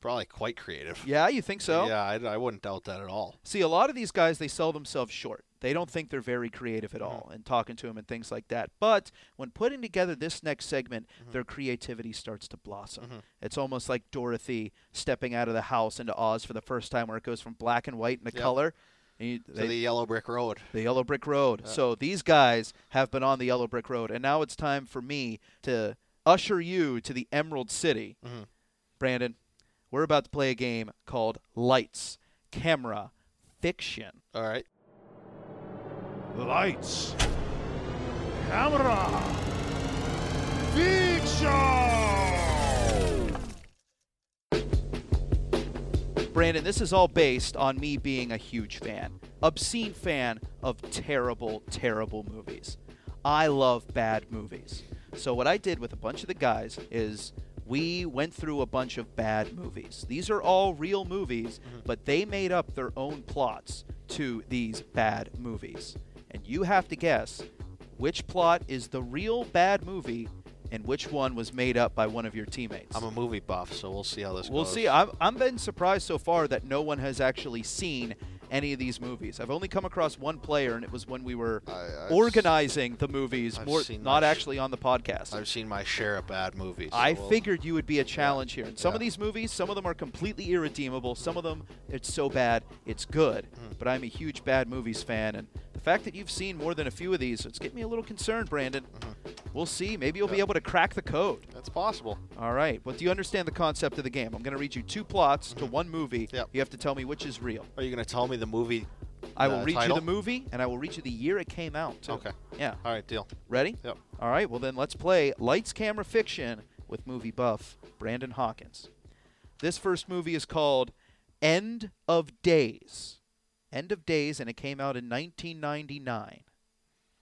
probably quite creative Yeah, you think so? yeah I, I wouldn't doubt that at all See, a lot of these guys, they sell themselves short. They don't think they're very creative Mm-hmm. at all and talking to them and things like that. But when putting together this next segment, Mm-hmm. their creativity starts to blossom. It's almost like Dorothy stepping out of the house into Oz for the first time, where it goes from black and white into Yep. color. And you- to the they- yellow brick road the yellow brick road. So these guys have been on the yellow brick road, and now it's time for me to usher you to the Emerald City. Brandon, we're about to play a game called Lights, Camera, Fiction. all right Lights. Camera. Big show. Brandon, this is all based on me being a huge fan, obscene fan of terrible, terrible movies. I love bad movies. So, what I did with a bunch of the guys is we went through a bunch of bad movies. These are all real movies, but they made up their own plots to these bad movies. And you have to guess which plot is the real bad movie and which one was made up by one of your teammates. I'm a movie buff, so we'll see how this We'll goes. see. I'm I'm been surprised so far that no one has actually seen any of these movies. I've only come across one player, and it was when we were I- I've organizing the movies, I've more seen not this. actually on the podcast. I've seen my share of bad movies. so I we'll- figured you would be a challenge here. And some of Yeah. these movies, some of them are completely irredeemable. Some of them, it's so bad, it's good. Hmm. But I'm a huge bad movies fan, and the fact that you've seen more than a few of these, it's getting me a little concerned, Brandon. We'll see. Maybe you'll be Mm-hmm. Yeah. able to crack the code. that's possible. All right. But do you understand the concept of the game? I'm going to read you two plots to one movie. Yep. You have to tell me which is real. Are you going to tell me the movie? I will Uh, read title? you the movie, and I will read you the year it came out. Too. Okay. Yeah. All right, deal. Ready? Yep. All right. Well, then let's play Lights, Camera, Fiction with movie buff Brandon Hawkins. This first movie is called End of Days. End of Days, and it came out in 1999.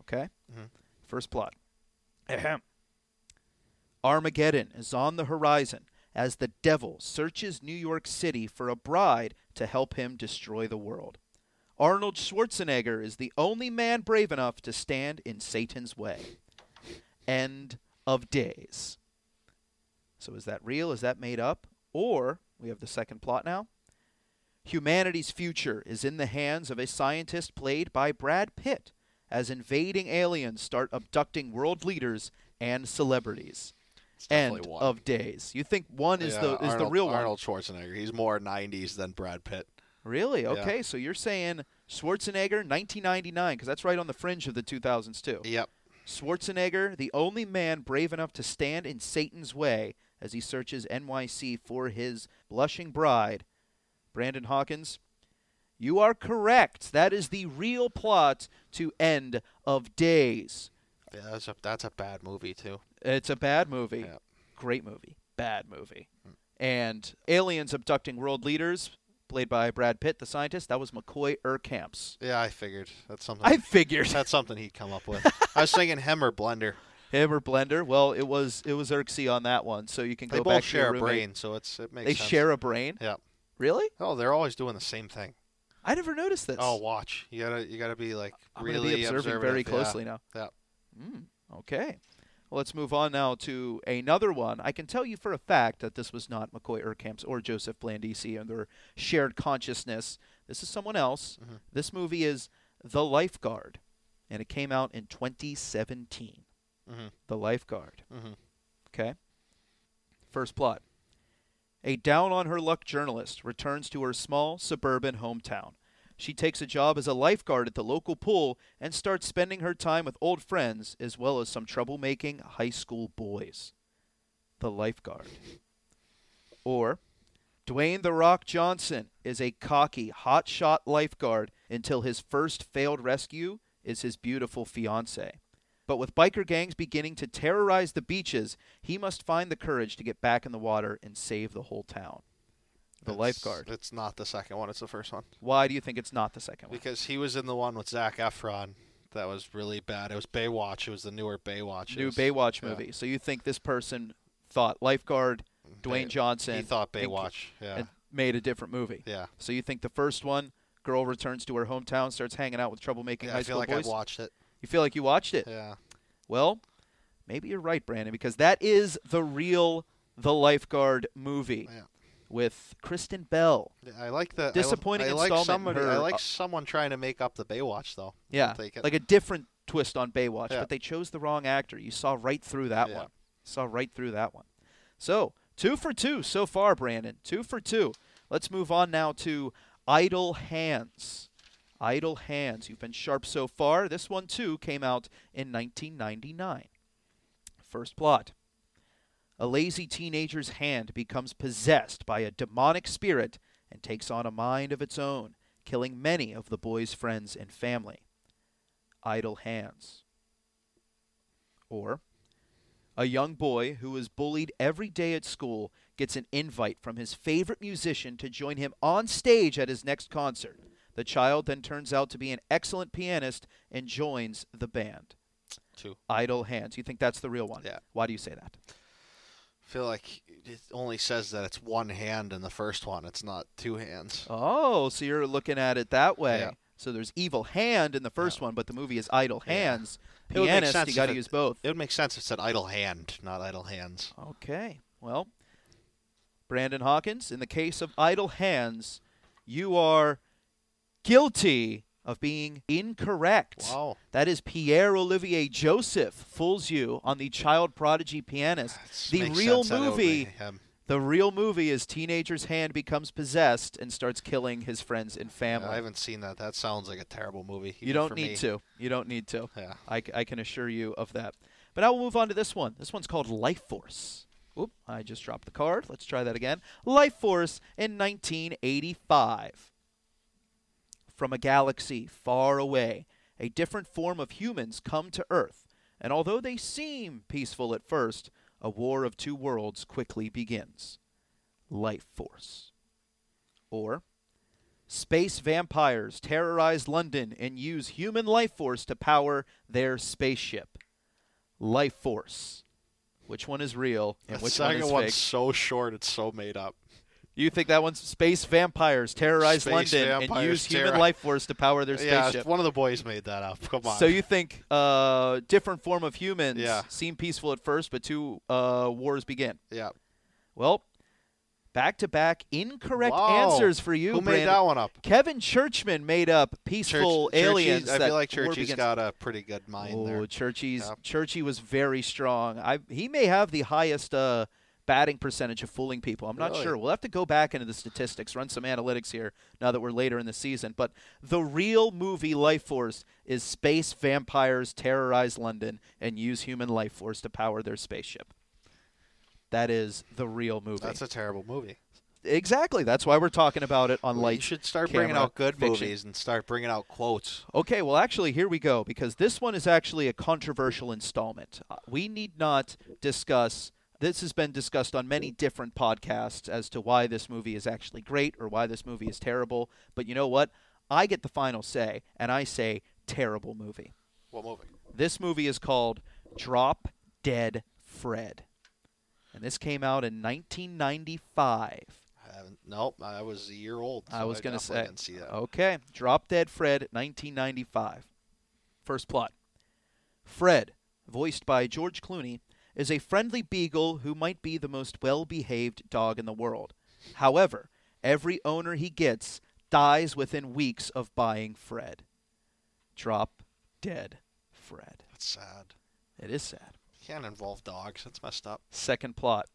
Okay? Mhm. First plot. Ahem. Armageddon is on the horizon as the devil searches New York City for a bride to help him destroy the world. Arnold Schwarzenegger is the only man brave enough to stand in Satan's way. End of days. So is that real? Is that made up? Or we have the second plot now. Humanity's future is in the hands of a scientist played by Brad Pitt as invading aliens start abducting world leaders and celebrities. definitely End one. of days. You think one is the is the real one? Arnold Schwarzenegger. He's more 90s than Brad Pitt. Really? Okay, so you're saying Schwarzenegger 1999 cuz that's right on the fringe of the 2000s too. Yep. Schwarzenegger, the only man brave enough to stand in Satan's way as he searches NYC for his blushing bride. Brandon Hawkins, you are correct. That is the real plot to End of Days. Yeah, that's a that's a bad movie too. It's a bad movie. Yeah. Great movie. bad movie. And aliens abducting world leaders, played by Brad Pitt, the scientist. That was McCoy Erkamps. Yeah, I figured that's something. I figured that's something he'd come up with. I was thinking him or Blender. him or Blender. Well, it was it was Erksy on that one. So you can They go both back to your share a roommate. brain, so it's it makes They sense. share a brain. Yeah. Really? Oh, they're always doing the same thing. I never noticed this. Oh, watch. You gotta you gotta be like I'm gonna really be observing observative. very Yeah. closely now. Yeah. Mm, okay. Well, let's move on now to another one. I can tell you for a fact that this was not McCoy Erkamp's or Joseph Blandisi and their shared consciousness. This is someone else. This movie is The Lifeguard, and it came out in 2017. Mhm. The Lifeguard. Mhm. Okay. First plot. A down on her luck journalist returns to her small suburban hometown. She takes a job as a lifeguard at the local pool and starts spending her time with old friends as well as some troublemaking high school boys. The lifeguard. Or Dwayne The Rock Johnson is a cocky, hotshot lifeguard until his first failed rescue is his beautiful fiancee. But with biker gangs beginning to terrorize the beaches, he must find the courage to get back in the water and save the whole town. The It's- lifeguard. It's not the second one. It's the first one Why do you think it's not the second one? because he was in the one with Zach Efron. That was really bad. It was Baywatch. It was the newer Baywatch. It New was- Baywatch yeah. movie. So you think this person thought Lifeguard, Dwayne Bay- Johnson, Mm, He thought and- Baywatch. Yeah. and made a different movie. yeah. So you think the first one, girl returns to her hometown, starts hanging out with troublemaking Yeah, high I school feel like boys. I've watched it. you feel like you watched it. Yeah. Well, maybe you're right, Brandon, because that is the real The Lifeguard movie Yeah. with Kristen Bell. Yeah, I like the I lo- Disappointing I like installment in somebody. I her- uh, like someone trying to make up the Baywatch though. Yeah, Take it. like a different twist on Baywatch, Yeah. but they chose the wrong actor. You saw right through that Yeah. one. Saw right through that one. So two for two so far, Brandon. Two for two. Let's move on now to Idle Hands. Idle Hands. You've been sharp so far. This one too came out in 1999. First plot. A lazy teenager's hand becomes possessed by a demonic spirit and takes on a mind of its own, killing many of the boy's friends and family. Idle hands. Or, a young boy who is bullied every day at school gets an invite from his favorite musician to join him on stage at his next concert. The child then turns out to be an excellent pianist and joins the band. Two. Idle hands. You think that's the real one? Yeah. Why do you say that? feel like it only says that it's one hand in the first one. It's not two hands. Oh, so you're looking at it that way. Yeah. So there's evil hand in the first one, but the movie is idle hands. It would make Pianist, sense you if got to it- use both. It would make sense if it said idle hand, not idle hands. Okay. Well, Brandon Hawkins, in the case of idle hands, you are guilty of being incorrect. Wow. That is Pierre Olivier Joseph fools you on the child prodigy pianist. It The makes real sense that it would um, movie, be him. the real movie is teenager's hand becomes possessed and starts killing his friends and family. I haven't seen that. That sounds like a terrible movie. you even don't for need me. to. You don't need to. Yeah. I, c- I can assure you of that. But now we'll move on to this one. This one's called Life Force. Oop, I just dropped the card. Let's try that again. Life Force in 1985. From a galaxy far away, a different form of humans come to Earth, and although they seem peaceful at first, a war of two worlds quickly begins. Life Force. Or Space vampires terrorize London and use human life force to power their spaceship. Life force. Which one is real and The which one second is one's fake? so short. It's so made up. You think that one's space vampires terrorize Space London and vampires use human terror- life force to power their yeah, spaceship? one of the boys made that up. Come on. so you think uh, different form of humans Yeah. seem peaceful at first, but two uh, wars begin. yeah. Well, back to back incorrect Wow. answers for you. Who made Brandon. that one up? Kevin Churchman made up peaceful Church- Churchy's- aliens. I that feel like war Churchy's begins- got a pretty good mind Oh, there. Churchy's Yeah. Churchy was very strong. I he may have the highest uh, batting percentage of fooling people. I'm not Really? sure. We'll have to go back into the statistics, run some analytics here now that we're later in the season. But the real movie Life Force is space vampires terrorize London and use human life force to power their spaceship. That is the real movie. That's a terrible movie. exactly. That's why we're talking about it on you Light should start bringing camera out good fiction. movies and start bringing out quotes. Okay, well, actually, here we go because this one is actually a controversial installment. Uh, We need not discuss This has been discussed on many different podcasts as to why this movie is actually great or why this movie is terrible. But you know what? I get the final say, and I say terrible movie. What movie? This movie is called Drop Dead Fred. And this came out in 1995. I haven't. Nope, I was a year old. I so was going to say. definitely oh. Didn't see that. Okay. Drop Dead Fred, 1995. First plot Fred, voiced by George Clooney, is a friendly beagle who might be the most well behaved dog in the world. However, every owner he gets dies within weeks of buying Fred. Drop Dead Fred. That's sad. It is sad. Can't involve dogs. That's messed up. Second plot.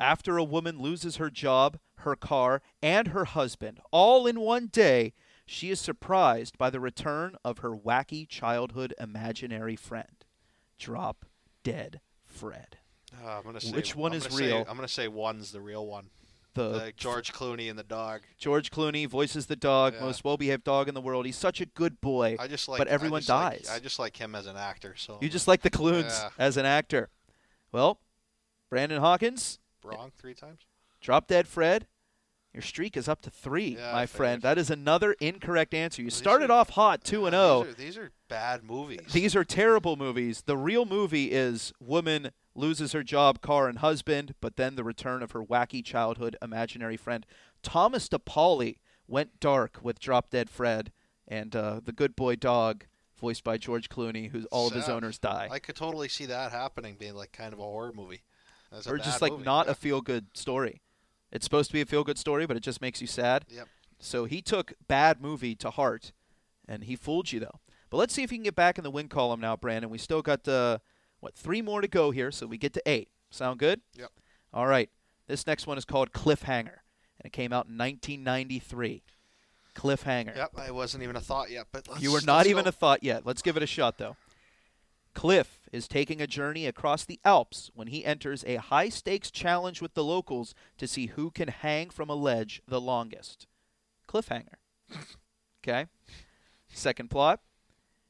After a woman loses her job, her car, and her husband all in one day, she is surprised by the return of her wacky childhood imaginary friend. Drop dead Fred. Uh, I'm gonna say Which one I'm is gonna say- real? Uh, I'm gonna say one's the real one. The The George Clooney and the dog. George Clooney voices the dog, Yeah. most well-behaved dog in the world. He's such a good boy. I just like. but I everyone just like- dies. I just like him as an actor. So you just like the Cloons Yeah. as an actor. Well, Brandon Hawkins, wrong three times. Drop dead Fred. Your streak is up to three, Yeah, I my friend. figured. That is another incorrect answer. You These started are- off hot, two and oh. Yeah, zero. These are, these are bad movies. These are terrible movies. The real movie is woman loses her job, car, and husband, but then the return of her wacky childhood imaginary friend. Thomas DePauli went dark with Drop Dead Fred and uh, the good boy dog, voiced by George Clooney, who all of his Sad. owners die. I could totally see that happening, being like kind of a horror movie. That's a or bad just like movie. not a feel good story. It's supposed to be a feel good story, but it just makes you sad. Yep. So he took bad movie to heart, and he fooled you though. But let's see if you can get back in the win column now, Brandon. We still got uh, what three more to go here, so we get to eight. Sound good? Yep. All right. This next one is called Cliffhanger, and it came out in 1993. Cliffhanger. Yep, I wasn't even a thought yet, but let's, You were not let's even go. a thought yet. Let's give it a shot, though. Cliff is taking a journey across the Alps when he enters a high stakes challenge with the locals to see who can hang from a ledge the longest. Cliffhanger. Okay. Second plot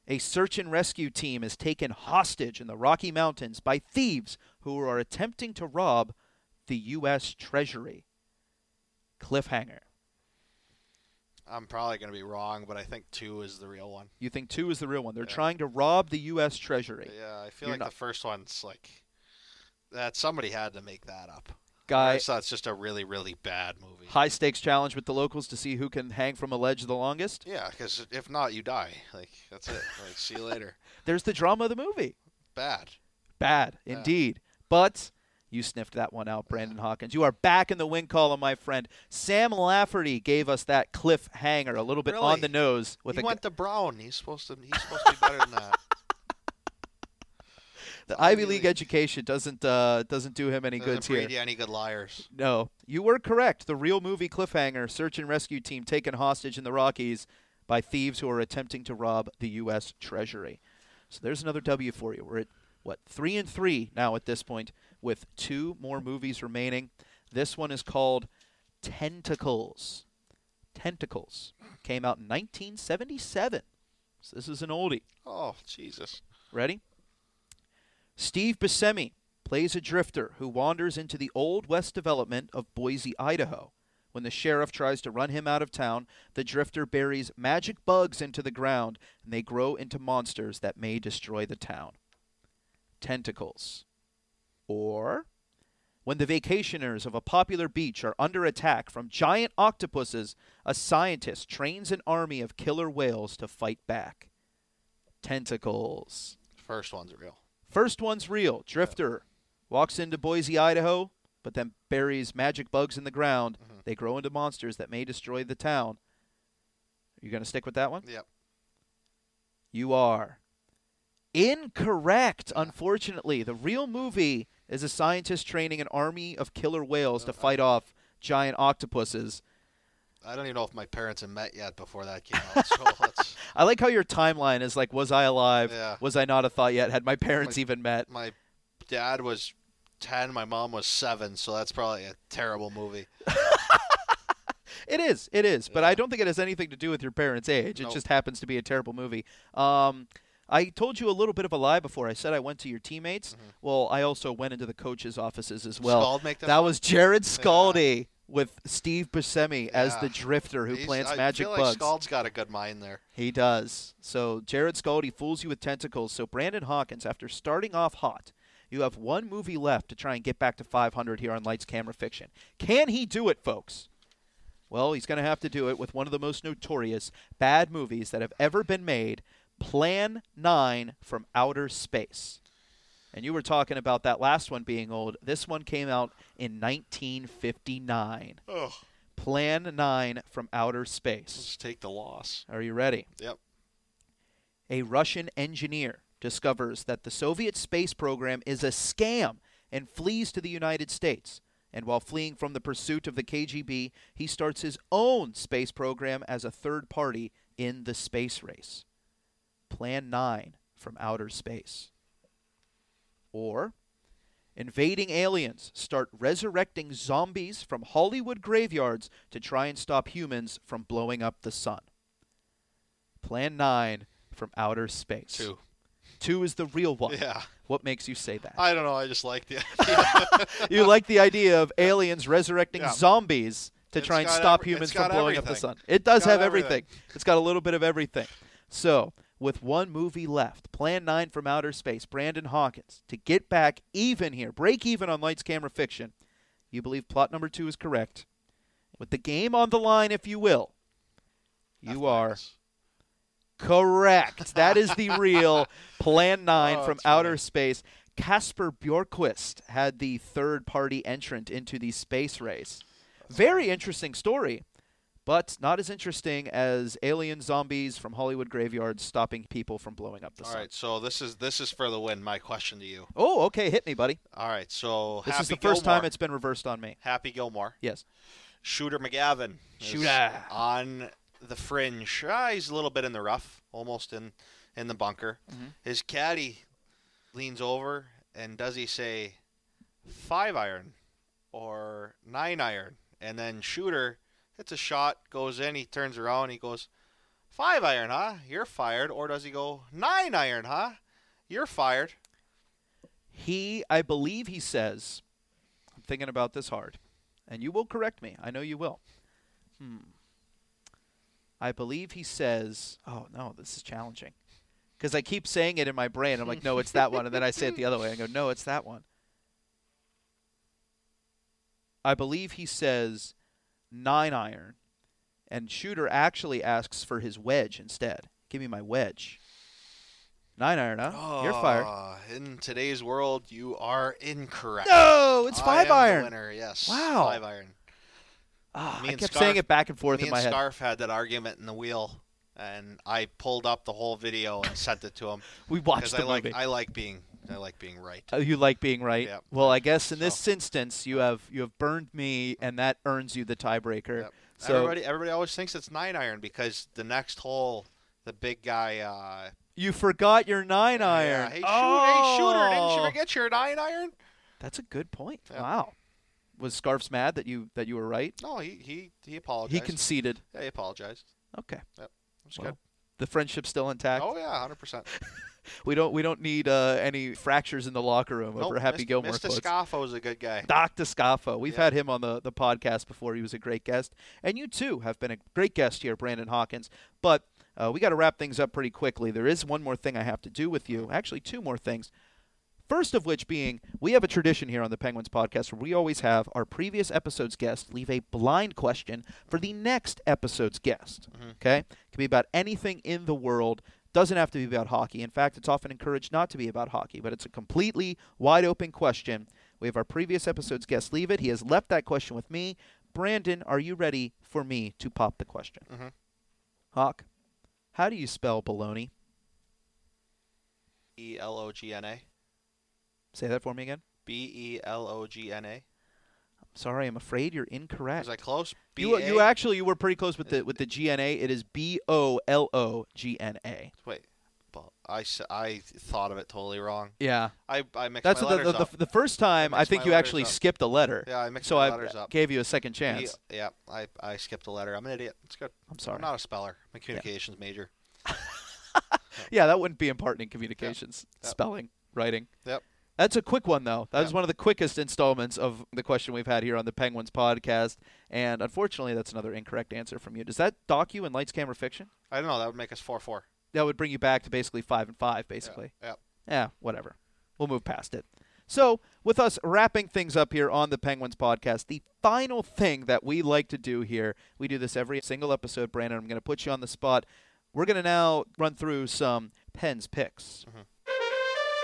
A search and rescue team is taken hostage in the Rocky Mountains by thieves who are attempting to rob the U.S. Treasury. Cliffhanger. I'm probably gonna be wrong, but I think two is the real one. You think two is the real one? They're Yeah. trying to rob the U.S. Treasury. Yeah, I feel You're like not- the first one's like that. Somebody had to make that up. I Guy, just thought it's just a really, really bad movie. Yeah, 'cause high stakes challenge with the locals to see who can hang from a ledge the longest. Yeah, because if not, you die. Like that's it. Like see you later. There's the drama of the movie. Bad. Bad, Yeah. indeed. But you sniffed that one out, Brandon Hawkins. You are back in the win column, my friend. Sam Lafferty gave us that cliffhanger a little bit on Really? the nose with he a. went to Brown. He's supposed to. He's supposed to be better than that. the Ivy League League. education doesn't uh, doesn't do him any Doesn't goods here. breed you any good liars. No, you were correct. The real movie cliffhanger: search and rescue team taken hostage in the Rockies by thieves who are attempting to rob the U.S. Treasury. So there's another W for you. We're at what three and three now at this point, with two more movies remaining. This one is called Tentacles. Tentacles came out in 1977. So this is an oldie. Oh Jesus. Ready? Steve Buscemi plays a drifter who wanders into the Old West development of Boise, Idaho. When the sheriff tries to run him out of town, the drifter buries magic bugs into the ground and they grow into monsters that may destroy the town. Tentacles. Or when the vacationers of a popular beach are under attack from giant octopuses, a scientist trains an army of killer whales to fight back. Tentacles. First one's real. First one's real. Drifter walks into Boise, Idaho, but then buries magic bugs in the ground. Mhm. They grow into monsters that may destroy the town. Are you going to stick with that one? Yep. You are. Incorrect, unfortunately. The real movie is a scientist training an army of killer whales Uh-huh. to fight off giant octopuses. I don't even know if my parents had met yet before that came out. So let's, I like how your timeline is like, was I alive? Yeah. Was I not a thought yet? Had my parents Like- even met? my dad was ten, my mom was seven, so that's probably a terrible movie. It is, it is, but Yeah. I don't think it has anything to do with your parents' age. It Nope. just happens to be a terrible movie. Um, I told you a little bit of a lie before. I said I went to your teammates. Well, I also went into the coaches' offices as well. Mm-hmm. Scald make them that up? was Jared Scaldi with Steve Buscemi as Yeah. the drifter who He's- plants I magic feel like bugs. Scald's got a good mind there. He does. So Jared Scaldi fools you with tentacles. So Brandon Hawkins, after starting off hot, you have one movie left to try and get back to 500 here on Lights Camera Fiction. Can he do it, folks? Well, he's going to have to do it with one of the most notorious bad movies that have ever been made, Plan 9 from Outer Space. And you were talking about that last one being old. This one came out in 1959. Oh, Plan 9 from Outer Space. let's take the loss. Are you ready? Yep. a Russian engineer discovers that the Soviet space program is a scam and flees to the United States. And while fleeing from the pursuit of the KGB, he starts his own space program as a third party in the space race. Plan 9 from outer space. Or invading aliens start resurrecting zombies from Hollywood graveyards to try and stop humans from blowing up the sun. Plan 9 from outer space. Two. Two is the real one. Yeah. What makes you say that? I don't know. I just like the idea. you like the idea of aliens resurrecting Yeah. zombies to It's try and got stop every- humans it's from got blowing up the sun. everything. It does got have everything. everything. It's got a little bit of everything. So, with one movie left, Plan 9 from Outer Space, Brandon Hawkins, to get back even here, break even on Lights Camera Fiction, you believe plot number two is correct. With the game on the line, if you will, you are Correct. That is the real Plan 9 Oh, from that's Outer funny. Space. Casper Bjorkquist had the third party entrant into the space race. Very interesting story, but not as interesting as alien zombies from Hollywood graveyards stopping people from blowing up the All sun. right. So this is this is for the win. My question to you. Oh, okay. Hit me, buddy. All right. So This Happy is the first Gilmore. time it's been reversed on me. Happy Gilmore. Yes. Shooter McGavin. is Shooter. On the fringe. Ah, he's a little bit in the rough, almost in, in the bunker. Mm-hmm. His caddy leans over and does he say five iron or nine iron? And then Shooter hits a shot, goes in, he turns around, he goes, five iron, huh? You're fired. Or does he go, nine iron, huh? You're fired. He, I believe he says, I'm thinking about this hard, and you will correct me. I know you will. Hmm. I believe he says, oh no, this is challenging. Because I keep saying it in my brain. I'm like, no, it's that one. And then I say it the other way. I go, no, it's that one. I believe he says nine iron, and Shooter actually asks for his wedge instead. Give me my wedge. Nine iron, huh? You're fired. Ah, In today's world, you are incorrect. No, it's I am five the iron. winner, yes. Wow. Five iron. Ah, Me I and kept Scarf- saying it back and forth Me in my and head. Scarf had that argument in the wheel, and I pulled up the whole video and sent it to him we watched because the I like movie. I like being I like being right. Uh, you like being right. Yep. Well, I guess in this instance, you have you have burned me, and that earns you the tiebreaker. Yep. So everybody everybody always thinks it's nine iron because the next hole, the big guy. Uh, you forgot your nine Yeah, iron. hey, shoot, hey shooter! Didn't oh, you forget your nine iron? That's a good point. Yeah. Wow. Was Scarf's mad that you that you were right? No, he he he apologized. He conceded. Yeah, he apologized. Okay. It was Well, The friendship's still good. intact. Oh yeah, hundred percent. We don't we don't need uh, any fractures in the locker room over Happy Gilmore Mr. quotes. Scaffo is a good guy. Doc Descafo. We've Yeah. had him on the, the podcast before. He was a great guest. And you, too, have been a great guest here, Brandon Hawkins. But uh, we got to wrap things up pretty quickly. There is one more thing I have to do with you. Actually, two more things. First of which being, we have a tradition here on the Penguins podcast where we always have our previous episode's guest leave a blind question for the next episode's guest. Okay? It can be about anything in the world. Doesn't have to be about hockey. In fact, it's often encouraged not to be about hockey, but it's a completely wide open question. We have our previous episode's guest leave it. He has left that question with me. Brandon, are you ready for me to pop the question? Mhm. Hawk, how do you spell baloney? E L O G N A. Say that for me again. B E L O G N A. Sorry, I'm afraid you're incorrect. Was I close? B You, A? you actually you were pretty close with the with the GNA. It is B O L O G N A. Wait, Well, I, s- I thought of it totally wrong. Yeah, I, I mixed that's my the letters the, the, up. the first time I mixed think my you letters actually up. skipped a letter. Yeah, I mixed so my I letters up. gave you a second Ye- chance. yeah, I, I skipped a letter. I'm an idiot. It's good. I'm sorry. I'm not a speller. I'm a communications major. yeah, that wouldn't be important in communications, Yep. spelling, writing. Yep. That's a quick one, though. That was Yep. one of the quickest installments of the question we've had here on the Penguins podcast. And unfortunately, that's another incorrect answer from you. Does that dock you in Lights, Camera, Fiction? I don't know. That would make us four four. That would bring you back to basically five and five, basically. Yep. Yeah, Eh, whatever. We'll move past it. So, with us wrapping things up here on the Penguins podcast, the final thing that we like to do here, we do this every single episode, Brandon. I'm going to put you on the spot. We're going to now run through some Pens picks.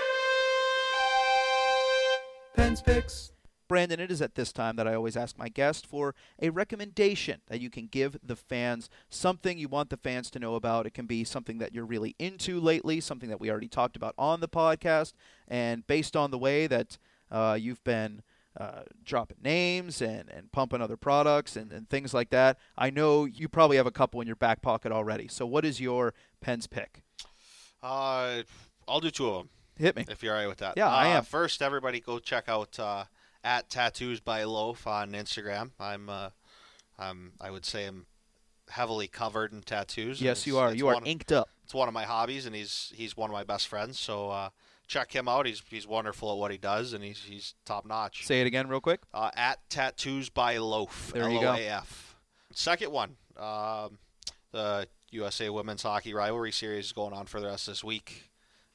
Mm-hmm. Pens picks. Brandon, it is at this time that I always ask my guest for a recommendation that you can give the fans, something you want the fans to know about. It can be something that you're really into lately, something that we already talked about on the podcast. And based on the way that uh, you've been uh, dropping names and, and pumping other products and, and things like that, I know you probably have a couple in your back pocket already. So, what is your Pens pick? Uh, I'll do two of them Hit me. if you're all right with that. Yeah, I Uh, am. First, everybody go check out uh, at Tattoos by Loaf on Instagram. I'm, uh, I'm, I would say I'm heavily covered in tattoos. and Yes, you it's- are. it's You are one of- inked up. it's one of my hobbies, and he's he's one of my best friends. So uh, check him out. He's he's wonderful at what he does, and he's he's top notch. Say it again, real quick. Uh, at tattoos by loaf. There you go. L-O-A-F. Second one. Um, the USA Women's Hockey Rivalry Series is going on for the rest of this week.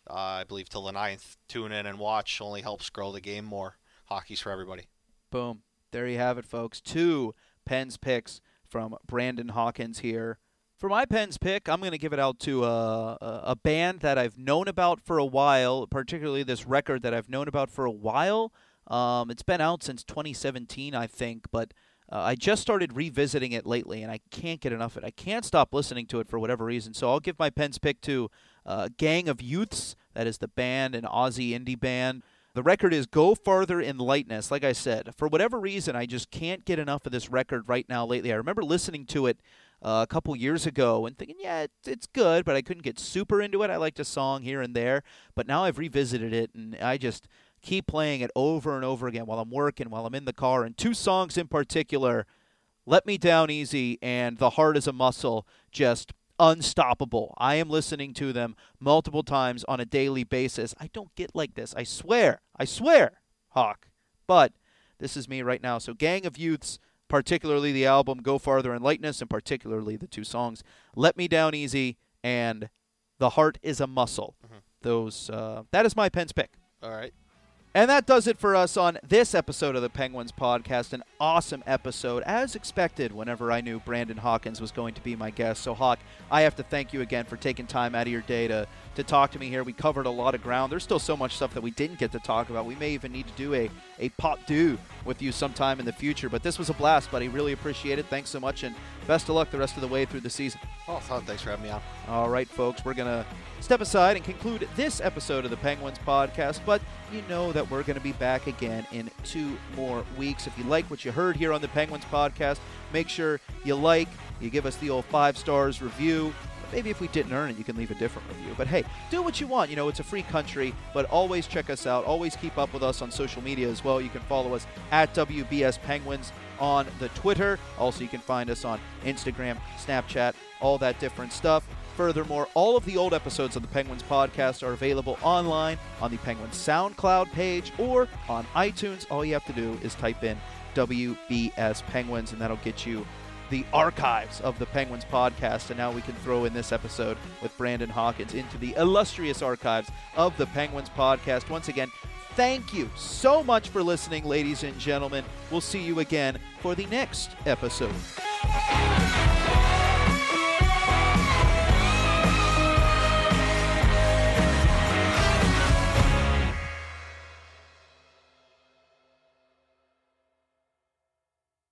Uh, I believe till the 9th. Tune in and watch. Only helps grow the game more. Hockey's for everybody. Boom. There you have it, folks. Two Pens picks from Brandon Hawkins here. For my Pens pick, I'm going to give it out to a, a a band that I've known about for a while, particularly this record that I've known about for a while. Um, it's been out since 2017, I think, but uh, I just started revisiting it lately, and I can't get enough of it. I can't stop listening to it for whatever reason. So I'll give my Pens pick to uh, Gang of Youths. That is the band, an Aussie indie band. The record is Go Farther in Lightness. Like I said, for whatever reason, I just can't get enough of this record right now lately. I remember listening to it uh, a couple years ago and thinking, yeah, it, it's good, but I couldn't get super into it. I liked a song here and there, but now I've revisited it and I just keep playing it over and over again while I'm working, while I'm in the car. And two songs in particular, Let Me Down Easy and The Heart is a Muscle, just unstoppable. I am listening to them multiple times on a daily basis. I don't get like this. I swear. I swear, Hawk. But this is me right now. So, Gang of Youths, particularly the album Go Farther in Lightness, and particularly the two songs Let Me Down Easy and The Heart is a Muscle. Those uh, That is my Penn's pick. All right. And that does it for us on this episode of the Penguins Podcast. An awesome episode, as expected, whenever I knew Brandon Hawkins was going to be my guest. So, Hawk, I have to thank you again for taking time out of your day to, to talk to me here. We covered a lot of ground. There's still so much stuff that we didn't get to talk about. We may even need to do a, a pop do with you sometime in the future. But this was a blast, buddy. Really appreciate it. Thanks so much, and best of luck the rest of the way through the season. Oh, thanks for having me on. All right, folks, we're going to step aside and conclude this episode of the Penguins podcast, but you know that we're going to be back again in two more weeks. If you like what you heard here on the Penguins podcast, make sure you like, you give us the old five stars review. Maybe if we didn't earn it, you can leave a different review. But hey, do what you want. You know, it's a free country, but always check us out. Always keep up with us on social media as well. You can follow us at WBS Penguins on the Twitter. Also, you can find us on Instagram, Snapchat, all that different stuff. Furthermore, all of the old episodes of the Penguins podcast are available online on the Penguins SoundCloud page or on iTunes. All you have to do is type in WBS Penguins, and that'll get you the archives of the Penguins podcast. And now we can throw in this episode with Brandon Hawkins into the illustrious archives of the Penguins podcast. Once again, thank you so much for listening, ladies and gentlemen. We'll see you again for the next episode.